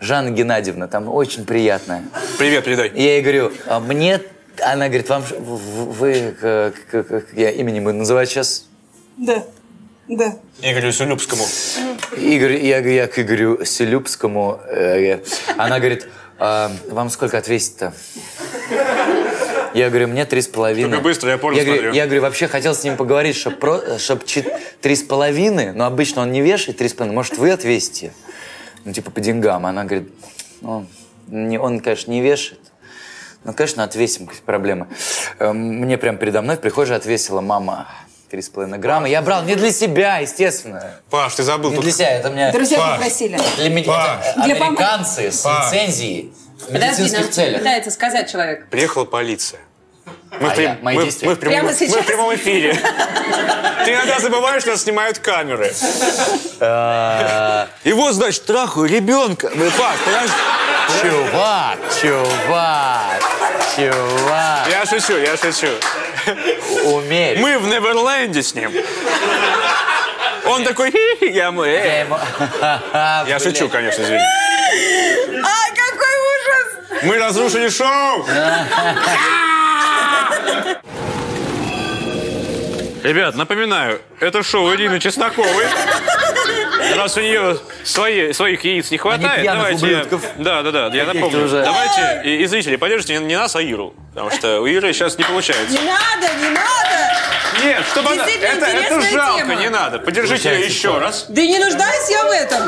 A: Жанна Геннадьевна, там очень приятная.
B: Привет, передай.
A: Я ей говорю, «А мне... Она говорит, вам... ж- в- Вы... к- к- к- Я имени буду называть сейчас...
G: Да, да.
I: Игорю
B: ну,
I: Сулюбскому.
A: Игорь, я, говорю, я к Игорю Селюбскому. э, я- Она говорит, «А, вам сколько отвесить-то? Я говорю, мне три с половиной.
B: Только быстро, я порно
A: я говорю,
B: смотрю.
A: я говорю, вообще хотел с ним поговорить, чтобы три с половиной, но обычно он не вешает три с половиной, может, вы отвесите? Ну, типа по деньгам. Она говорит, «Ну, не- он, конечно, не вешает. Ну, конечно, отвесим, какие проблемы. Эм, Мне прям передо мной в прихожей отвесила мама три с половиной грамма. Я брал не для себя, естественно.
B: Паш, ты забыл.
A: Не для себя, это мне...
G: Друзья
A: Паш,
G: попросили.
A: для меня это э,
G: Для помощи.
A: американцы с
B: Паш.
A: лицензией ну, в
C: Подожди,
A: медицинских
C: нам
A: целях.
C: пытается сказать человек.
B: Приехала полиция. Мы,
A: А
B: в, прям-
A: я- мои
B: мы-
A: действия.
B: мы в прямом,
C: Прямо
B: мы в
C: сейчас?
B: прямом эфире. Ты иногда забываешь, нас снимают камеры.
A: Э,
B: И вот, значит, трахаю ребенка. Ну, Паш, подожди.
A: Чувак, чувак, чувак,
B: Я шучу, я шучу.
A: умерь.
B: Мы в Неверленде с ним. Он такой, «Хи-хи», я ему, «Э». Я
A: Я
B: шучу, конечно, извини.
C: А, какой ужас!
B: Мы разрушили шоу! Ребят, напоминаю, это шоу Ирины Чесноковой. Раз у нее свои, своих яиц не
A: А не
B: хватает,
A: пьяных
B: давайте...
A: ублюдков.
B: Да, да, да, я
A: Каких-то
B: напомню.
A: уже.
B: Давайте, и, и зрители, поддержите не, не нас, а Иру. Потому что у Иры сейчас не получается.
C: Не надо, не надо!
B: Нет, чтобы она...
C: Действительно
B: Это, это
C: интересная
B: жалко,
C: тема.
B: не надо. Поддержите ее
A: Получается,
B: еще
A: что?
B: раз.
C: Да и не нуждаюсь я в этом.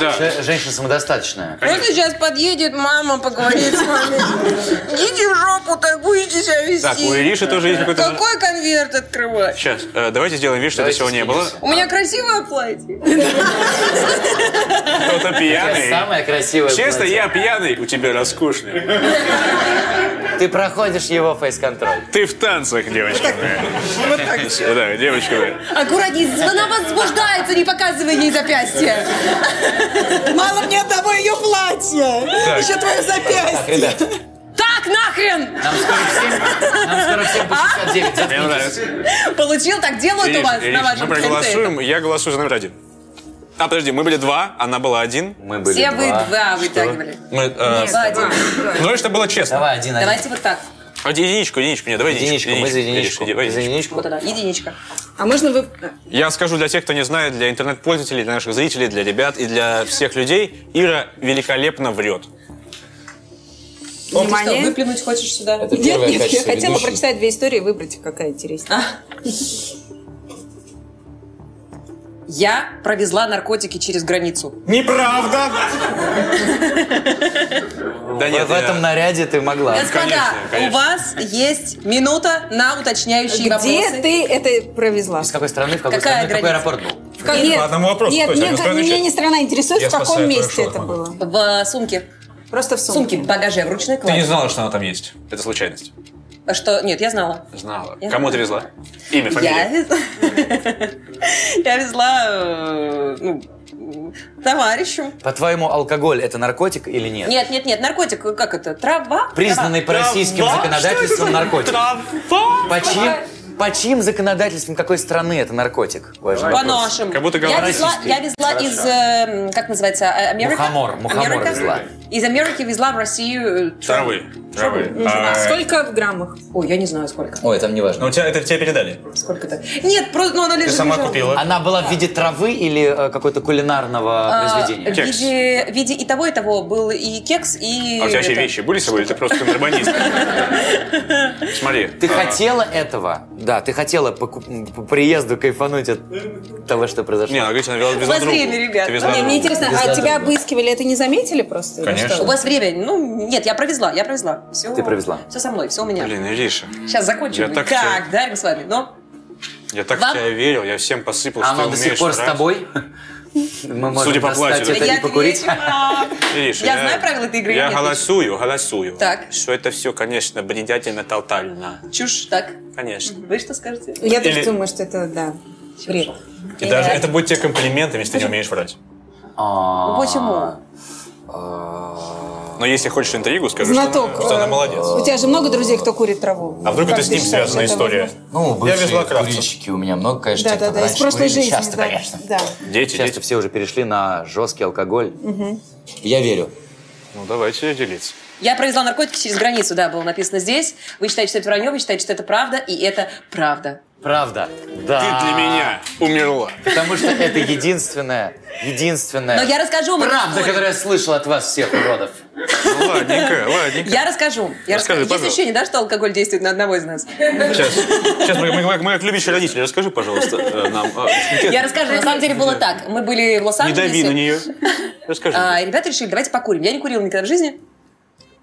B: Да.
A: Женщина самодостаточная.
C: Просто сейчас подъедет мама поговорит с вами. Идите в жопу, так будете себя вести.
B: Так, у Ириши тоже есть какой-то...
C: Какой конверт открывать?
B: Сейчас, э, давайте сделаем вид, что
A: Давайте
B: этого не было.
A: скинемся.
C: У меня красивое платье.
B: Кто-то пьяный.
A: Самая красивая.
B: Честно,
A: платье.
B: я пьяный, у тебя роскошный.
A: Ты проходишь его фейс-контроль.
B: Ты в танцах, девочка моя. Да, девочка моя.
C: Аккуратней, она возбуждается, не показывай ей запястье.
G: Мало мне одного ее платья. Еще твое запястье.
A: Ребят,
C: Так нахрен!
A: нам скоро всем, нам скоро всем по 69.
B: Мне
A: Заткнитесь.
B: нравится.
C: Получил, так делают у
B: Ириш,
C: вас
B: Ириш,
C: на вашем
B: мы
C: концерте.
B: проголосуем, я голосую за номер один. А, подожди, мы были два, она была один.
A: Мы были
C: Все вы
A: два.
C: два вытягивали.
B: Мы, э,
C: Два, один.
B: ну и что было честно.
A: Давай, один, один.
C: Давайте вот так.
B: А, Единичку, единичку, нет, давай единичку.
A: Единичку, мы за единичку.
B: давай
A: За
B: единичку.
A: единичку.
C: Вот она, единичка.
G: А можно вы...
B: Я скажу для тех, кто не знает, для интернет-пользователей, для наших зрителей, для ребят и для всех людей, Ира великолепно врет.
C: Ты что,
G: Внимание.
C: выплюнуть хочешь сюда?
A: Это
G: Нет,
A: первое
G: нет, я
A: качество
G: хотела
A: ведущей.
G: прочитать две истории и выбрать, какая интереснее.
C: Я провезла наркотики через границу.
B: Ну, Неправда! Да
A: В этом наряде ты могла.
C: Господа,
B: конечно, конечно.
C: у вас есть минута на уточняющие
G: Где
C: вопросы.
G: ты это провезла?
A: С какой страны, в какой
C: Какая
A: стране, какой
C: граница?
A: аэропорт был?
G: В каком- Нет,
I: одному вопросу,
G: Нет,
I: то есть,
G: мне-
I: одна страна
G: меня
I: еще-
G: не страна интересует,
I: Я
G: в каком
I: спасаю твою
G: месте
I: школу,
G: это
I: мама.
G: было.
C: В э, сумке.
G: Просто в
C: В сумке,
G: сумке.
C: в багаже, в ручной
I: Ты не
C: кладе.
I: знала, что она там есть?
B: Это случайность.
C: А Что? Нет, я знала.
B: Знала.
C: Я
B: Кому
C: знала.
B: ты везла? Имя,
C: Я
B: фамилия.
C: везла... Я везла... э, ну, товарищу.
A: По-твоему, алкоголь это наркотик или нет?
C: Нет, нет, нет, наркотик, э, как это, трава?
A: Признанный по российским
B: Трава?
A: законодательством наркотик.
B: Трава!
A: По чьим, по чьим законодательством какой страны это наркотик? Важный
C: По
A: вопрос.
C: нашим.
B: Как будто
C: я
B: говорят
C: везла,
A: российский.
C: я везла
A: Хорошо.
C: из, э, как называется, э, Америка?
A: Мухомор, мухомор
C: Америка?
A: везла.
C: Из Америки везла в Россию... э, траву.
B: Травы. Травы.
G: А Сколько в граммах?
C: Ой, я не знаю, сколько.
A: Ой, там не важно.
B: А
I: Ну, у тебя, это тебе передали.
C: Сколько-то. Нет, просто, ну, она лежит...
I: Ты сама
C: лежала.
I: купила.
A: Она была в виде травы или э, какой-то кулинарного
C: А,
A: произведения?
C: В виде, в виде и того, и того был и кекс, и...
B: А у тебя вообще
C: это.
B: вещи были с собой, или ты просто контрабандист? Смотри.
A: Ты
B: а,
A: хотела этого? Да, ты хотела по, ку- по приезду кайфануть от того, что произошло.
B: Не, она говорит, она везла везла
C: вас
B: другу.
C: время, ребят.
B: Ты везла
G: Не, мне
B: другу.
G: интересно, а тебя обыскивали, это не заметили просто? или
I: Конечно.
C: У
G: что?
C: вас время? Ну, нет, я провезла, я провезла. Все,
A: Ты провезла.
C: Все со мной, все у меня.
B: Блин, Ириша,
C: Сейчас закончим.
B: Я так тебя-
C: дарим с вами. Но
B: я так в
C: Вам-
B: тебя верил, я всем посыпал,
A: А
B: что
A: Оно
B: ты
A: до сих
B: умеешь
A: пор с
B: драться.
A: тобой? Мы можем
B: Судя по
A: достать
B: платью.
A: это
C: я
A: и покурить.
C: ответила.
B: Ириша,
C: Я знаю правила этой игры или
B: Я
C: нет?
B: голосую, голосую.
C: Так.
B: Что это все, конечно, бредятельно, тотально.
C: Чушь, так.
B: Конечно.
C: Вы что скажете? Э,
G: Я тоже
I: Или-
G: думаю, что это, да, бред.
I: И даже это будет тебе комплиментом, если ты не умеешь врать.
A: А,
C: Почему?
B: Но если хочешь интригу, скажи, что
G: Знаток.
I: Что она
G: э,
I: молодец.
G: У тебя же много друзей, кто курит траву?
I: А вдруг
G: Как
I: это с ним
G: ты считаешь,
I: связана
G: это
I: история?
G: возможно?
A: Ну, бывшие
I: везла кравцев.
A: курильщики у меня много, конечно,
G: Да,
A: тех,
G: да,
A: кто
G: да, из
A: раньше
G: прошлой
A: курили.
G: жизни.
A: Часто,
G: да.
A: конечно.
G: Да.
B: Дети,
A: Часто
B: дети.
A: все уже перешли на жесткий алкоголь. Я верю.
B: Ну, давайте делиться.
C: Я провезла наркотики через границу, да, было написано здесь. Вы считаете, что это вранье, вы считаете, что это правда, и это правда.
A: Правда. Да.
B: Ты для меня умерла.
A: Потому что это единственное, единственное.
C: Но я расскажу вам эту
A: Правда,
C: историю.
A: которую я слышал от вас всех уродов.
B: Ладненько, ладненько.
C: Я расскажу. Я
B: Расскажи,
C: расскажу. Есть
B: пожалуйста.
C: ощущение, да, что алкоголь действует на одного из нас?
B: Сейчас, сейчас мы, мы- мы- мы как любящие родители, расскажи, пожалуйста, э, нам. а, Никита,
C: Я расскажу. На самом деле было так. Мы были
B: Не
C: в Лос-Анджелесе.
B: дави на нее. Расскажи.
C: А, ребята решили, давайте покурим. Я не курила никогда в жизни.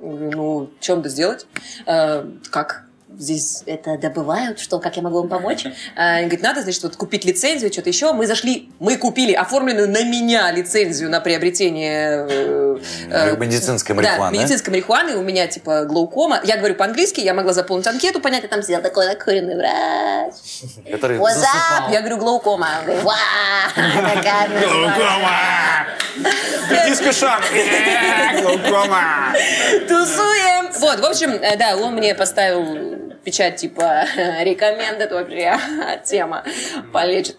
C: Ну, чем то сделать? А, как? Здесь это добывают, что, как я могу вам помочь? А, Они говорят, надо, значит, вот купить лицензию, что-то еще. Мы зашли, мы купили оформленную на меня лицензию на приобретение э, э,
A: Медицинская
C: да,
A: марихуана.
C: медицинской марихуаны, у меня типа глаукома. Я говорю по-английски, я могла заполнить анкету, понятно, там сидел такой накуренный врач.
A: Который
C: What's
A: засыпал.
C: up? Я говорю, глаукома. Он говорит, «Ва, такая
B: Диско шаг.
C: Тусуем! Вот, в общем, э, да, он мне поставил печать типа рекоменд, это вообще тема полечит.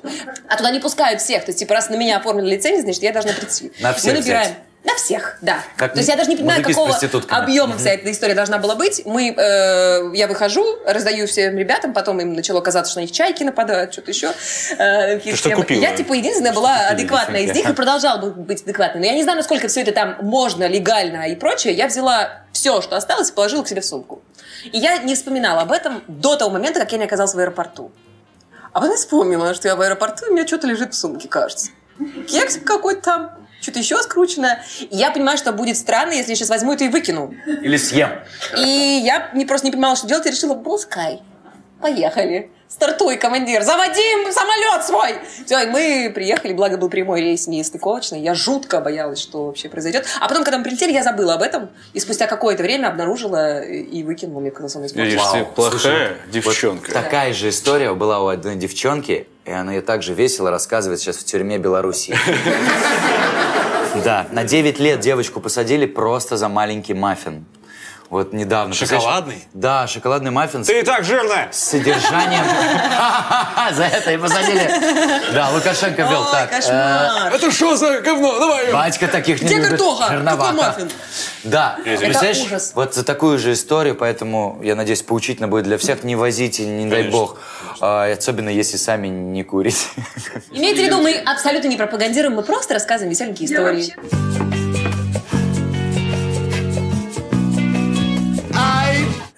C: А туда не пускают всех, то есть типа раз на меня оформили лицензию, значит я должна прийти.
A: На всех
C: Мы набираем.
A: взять.
C: На всех, да.
A: Как
C: то есть я даже не понимаю,
A: мужики с
C: какого
A: проститутками.
C: объема вся эта история должна была быть. Мы, э, я выхожу, раздаю всем ребятам, потом им начало казаться, что на них чайки нападают, что-то еще. Э, какие-то
B: что
C: темы.
B: купила?
C: Я типа единственная была адекватная из
A: девчонки?
C: них и продолжала бы быть адекватной. Но я не знаю, насколько все это там можно, легально и прочее. Я взяла все, что осталось, и положила к себе в сумку. И я не вспоминала об этом до того момента, как я не оказалась в аэропорту. А потом я вспомнила, что я в аэропорту, и у меня что-то лежит в сумке, кажется. Кекс какой-то там, что-то еще скрученное. И я понимаю, что будет странно, если я сейчас возьму это и выкину.
A: Или съем.
C: И я не, просто не понимала, что делать, и решила, пускай. Поехали. Стартуй, командир, заводи им самолет свой! Все, и мы приехали, благо был прямой рейс, не стыковочный. Я жутко боялась, что вообще произойдет. А потом, когда мы прилетели, я забыла об этом. И спустя какое-то время обнаружила и выкинула мне когда самолет.
B: Видишь,
A: Вау.
B: ты плохая девчонка.
A: Такая же история была у одной девчонки, и она ее также весело рассказывает сейчас в тюрьме Беларуси. Да, на 9 лет девочку посадили просто за маленький маффин. Вот недавно.
B: Шоколадный?
A: Да, шоколадный маффин с
B: Ты и так жирная.
A: с содержанием. За это и посадили. Да, Лукашенко вел
C: Ой,
A: так. Э,
C: кошмар!
B: Это что за говно? Давай.
A: Батька таких не
C: Где
A: любит.
C: картоха?
A: жирновато.
C: Какой маффин?
A: Да. Представляешь,
C: ужас.
A: вот за такую же историю, поэтому, я надеюсь, поучительно будет для всех. Не возите, не дай
B: Конечно,
A: бог. А, и особенно, если сами не курите.
C: Имейте в виду, мы абсолютно не пропагандируем, мы просто рассказываем веселенькие истории.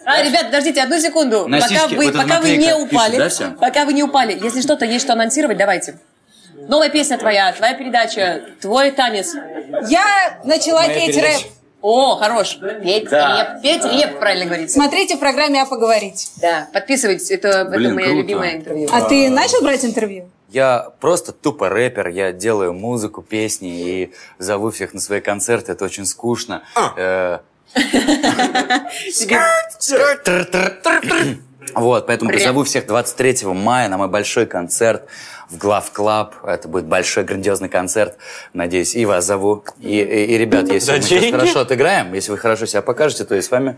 C: А, ребят, подождите одну секунду.
A: На
C: пока
A: сиське
C: вы,
A: вот эта
C: пока вы не
A: наклейка
C: упали.
A: пишет, да, всё?
C: пока вы не упали. Если что-то есть, что анонсировать, давайте. Новая песня твоя, твоя передача, твой танец.
G: Я начала петь рэп.
C: О, хорош. Петь реп, петь реп, правильно говорится.
G: Смотрите в программе «А поговорить».
C: Да, подписывайтесь, это, это
A: Блин,
C: моя
A: круто.
C: любимая интервью.
G: А ты начал брать интервью?
A: Я просто тупо рэпер, я делаю музыку, песни и зову всех на свои концерты, это очень скучно.
B: А.
A: Э,
C: Тебе-
A: Вот, поэтому
C: Прям.
A: позову всех 23 мая на мой большой концерт в Глав Клаб. Это будет большой грандиозный концерт, надеюсь, и вас зову. И, и- и, ребят, если
B: За
A: мы сейчас
B: деньги?
A: хорошо отыграем, если вы хорошо себя покажете, то и с вами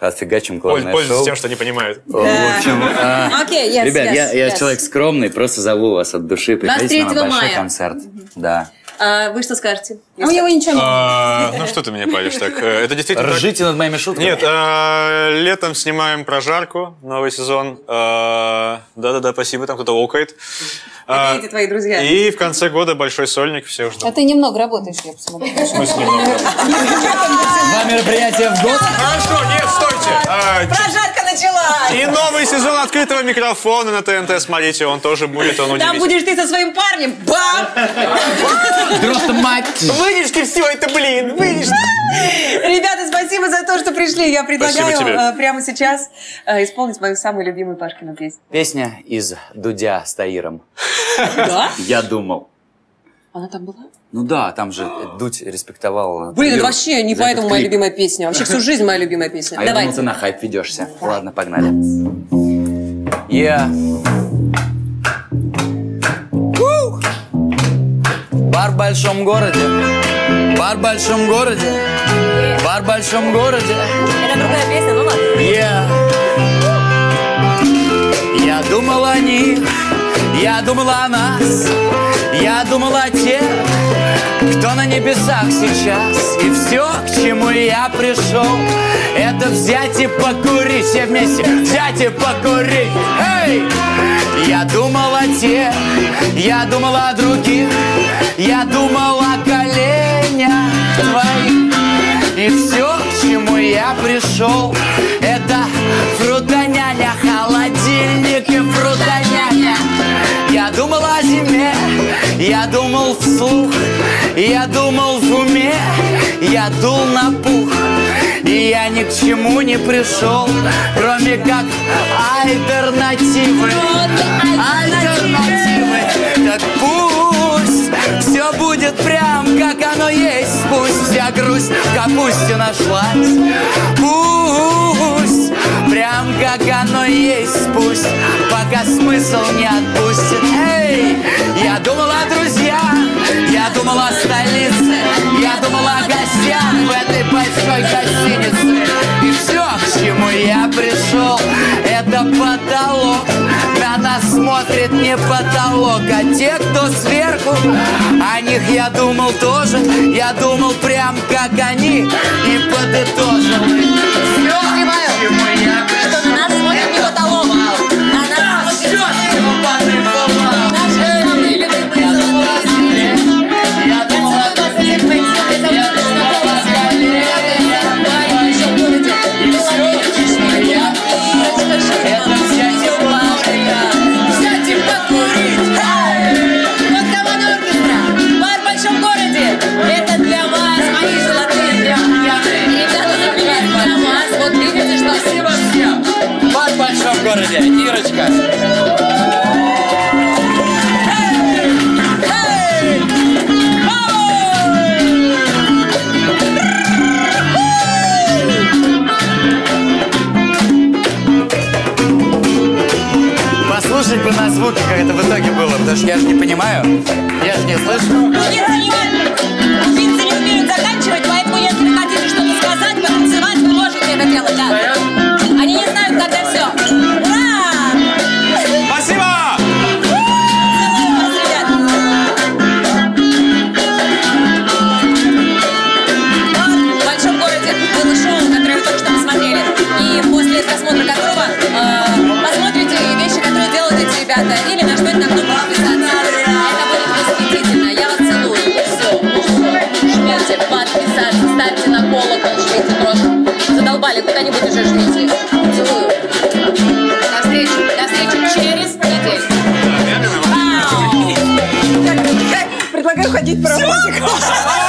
A: отфигачим главное
B: Пользуйся
A: шоу.
B: тем, что не понимают.
A: В общем, а,
C: Окей, Э, yes,
A: ребят,
C: yes,
A: я, я
C: yes.
A: человек скромный, просто зову вас от души, приходите на
C: 23
A: мой большой
C: мая.
A: концерт. Да.
C: А вы что скажете?
G: А у него ничего не было.
B: А, Ну что ты меня палишь так? Э, Это действительно так-
A: Ржите над моими шутками.
B: Нет, а, летом снимаем прожарку, новый сезон. А, Да-да-да, спасибо, там кто-то окает. А,
C: Эти твои друзья.
B: И в конце года большой сольник, всех ждут.
G: А ты немного работаешь, я посмотрю.
I: А.
A: Два мероприятия в год.
B: Хорошо, А нет, стойте. А,
C: Прожарка началась!
B: И новый сезон открытого микрофона на ТНТ, смотрите, он тоже будет, он
C: Там
B: удивительный.
C: будешь ты со своим парнем. Бам!
A: Просто мать.
B: Вынешки все это, блин, вынешки.
C: Ребята, спасибо за то, что пришли. Я предлагаю
B: Спасибо тебе.
C: э, прямо сейчас э, исполнить мою самую любимую Пашкину песню.
A: Песня из Дудя с Таиром.
C: Да?
A: Я думал.
C: Она там была?
A: Ну да, там же Дудь респектовал.
C: Блин, это
A: Таиру
C: вообще не
A: за этот
C: поэтому моя
A: клип.
C: любимая песня. Вообще всю жизнь моя любимая песня.
A: А я думал, ты
C: Давайте.
A: на хайп ведешься. Ладно, погнали. Я... Ух! Бар в большом городе. Бар в большом городе. Бар в большом городе.
C: Это другая песня, ну ладно.
A: Я, я думал о них, я думал о нас, я думал о тех, кто на небесах сейчас. И все, к чему я пришел, это взять и покурить все вместе, взять и покурить. Эй! Я думал о тех, я думал о других, я думал о коленях твоих. И все, к чему я пришел, это фрутоняня, холодильник и фрутоняня. Я думал о зиме, я думал вслух, я думал в уме, я дул на пух. И я ни к чему не пришел, кроме как альтернативы. Альтернативы. Так пусть все будет прям, как оно есть. Пусть вся грусть в капусте нашлась. Пусть прям, как оно есть. Пусть пока смысл не отпустит. Эй, я думал о друзьях, я думал о столице, я думал о гостях в этой большой гостинице. И все, к чему я пришел, это потолок. На нас смотрит не потолок, а те, кто сверху. О них я думал тоже, я думал прям как они и подытожил. Все, к чему я пришел,
C: Что на нас смотрит не потолок, а на нас
A: все,
C: смотрит
A: чего подытожил.
C: наши самые любимые золотые. Я думала, как не быть, я думала, как не быть. Я еще в городе, была вечная я. Это взять и покурить, взять и покурить. Эй! Вот команда оркестра, бар в большом городе. Это для вас, мои золотые, для пьяные. Ребята, например, для вас. Вот видите, что
A: Спасибо всем. Бар в большом городе. Ирочка. Послушать бы на звуки, как это в итоге было, потому что я же не понимаю, я же не слышу.
C: Кубинцы не, умеют- кубинцы не умеют заканчивать, поэтому если вы хотите что-то сказать, потанцевать, вы можете это делать, да. Они не знают, когда все. Ура!
K: Спасибо!
C: Целую вас, ребят. Вот, в большом городе было шоу, которое вы только что посмотрели. И после просмотра которого э, посмотрите вещи, которые делают эти ребята, или на что-нибудь на кнопку подписаться. Это будет восхитительно. Я вас целую. Все, жмите подписаться, ставьте на колокол, жмите просто. Задолбали, куда-нибудь уже жмите. Целую. До встречи. До встречи через неделю.
L: Предлагаю ходить по работе.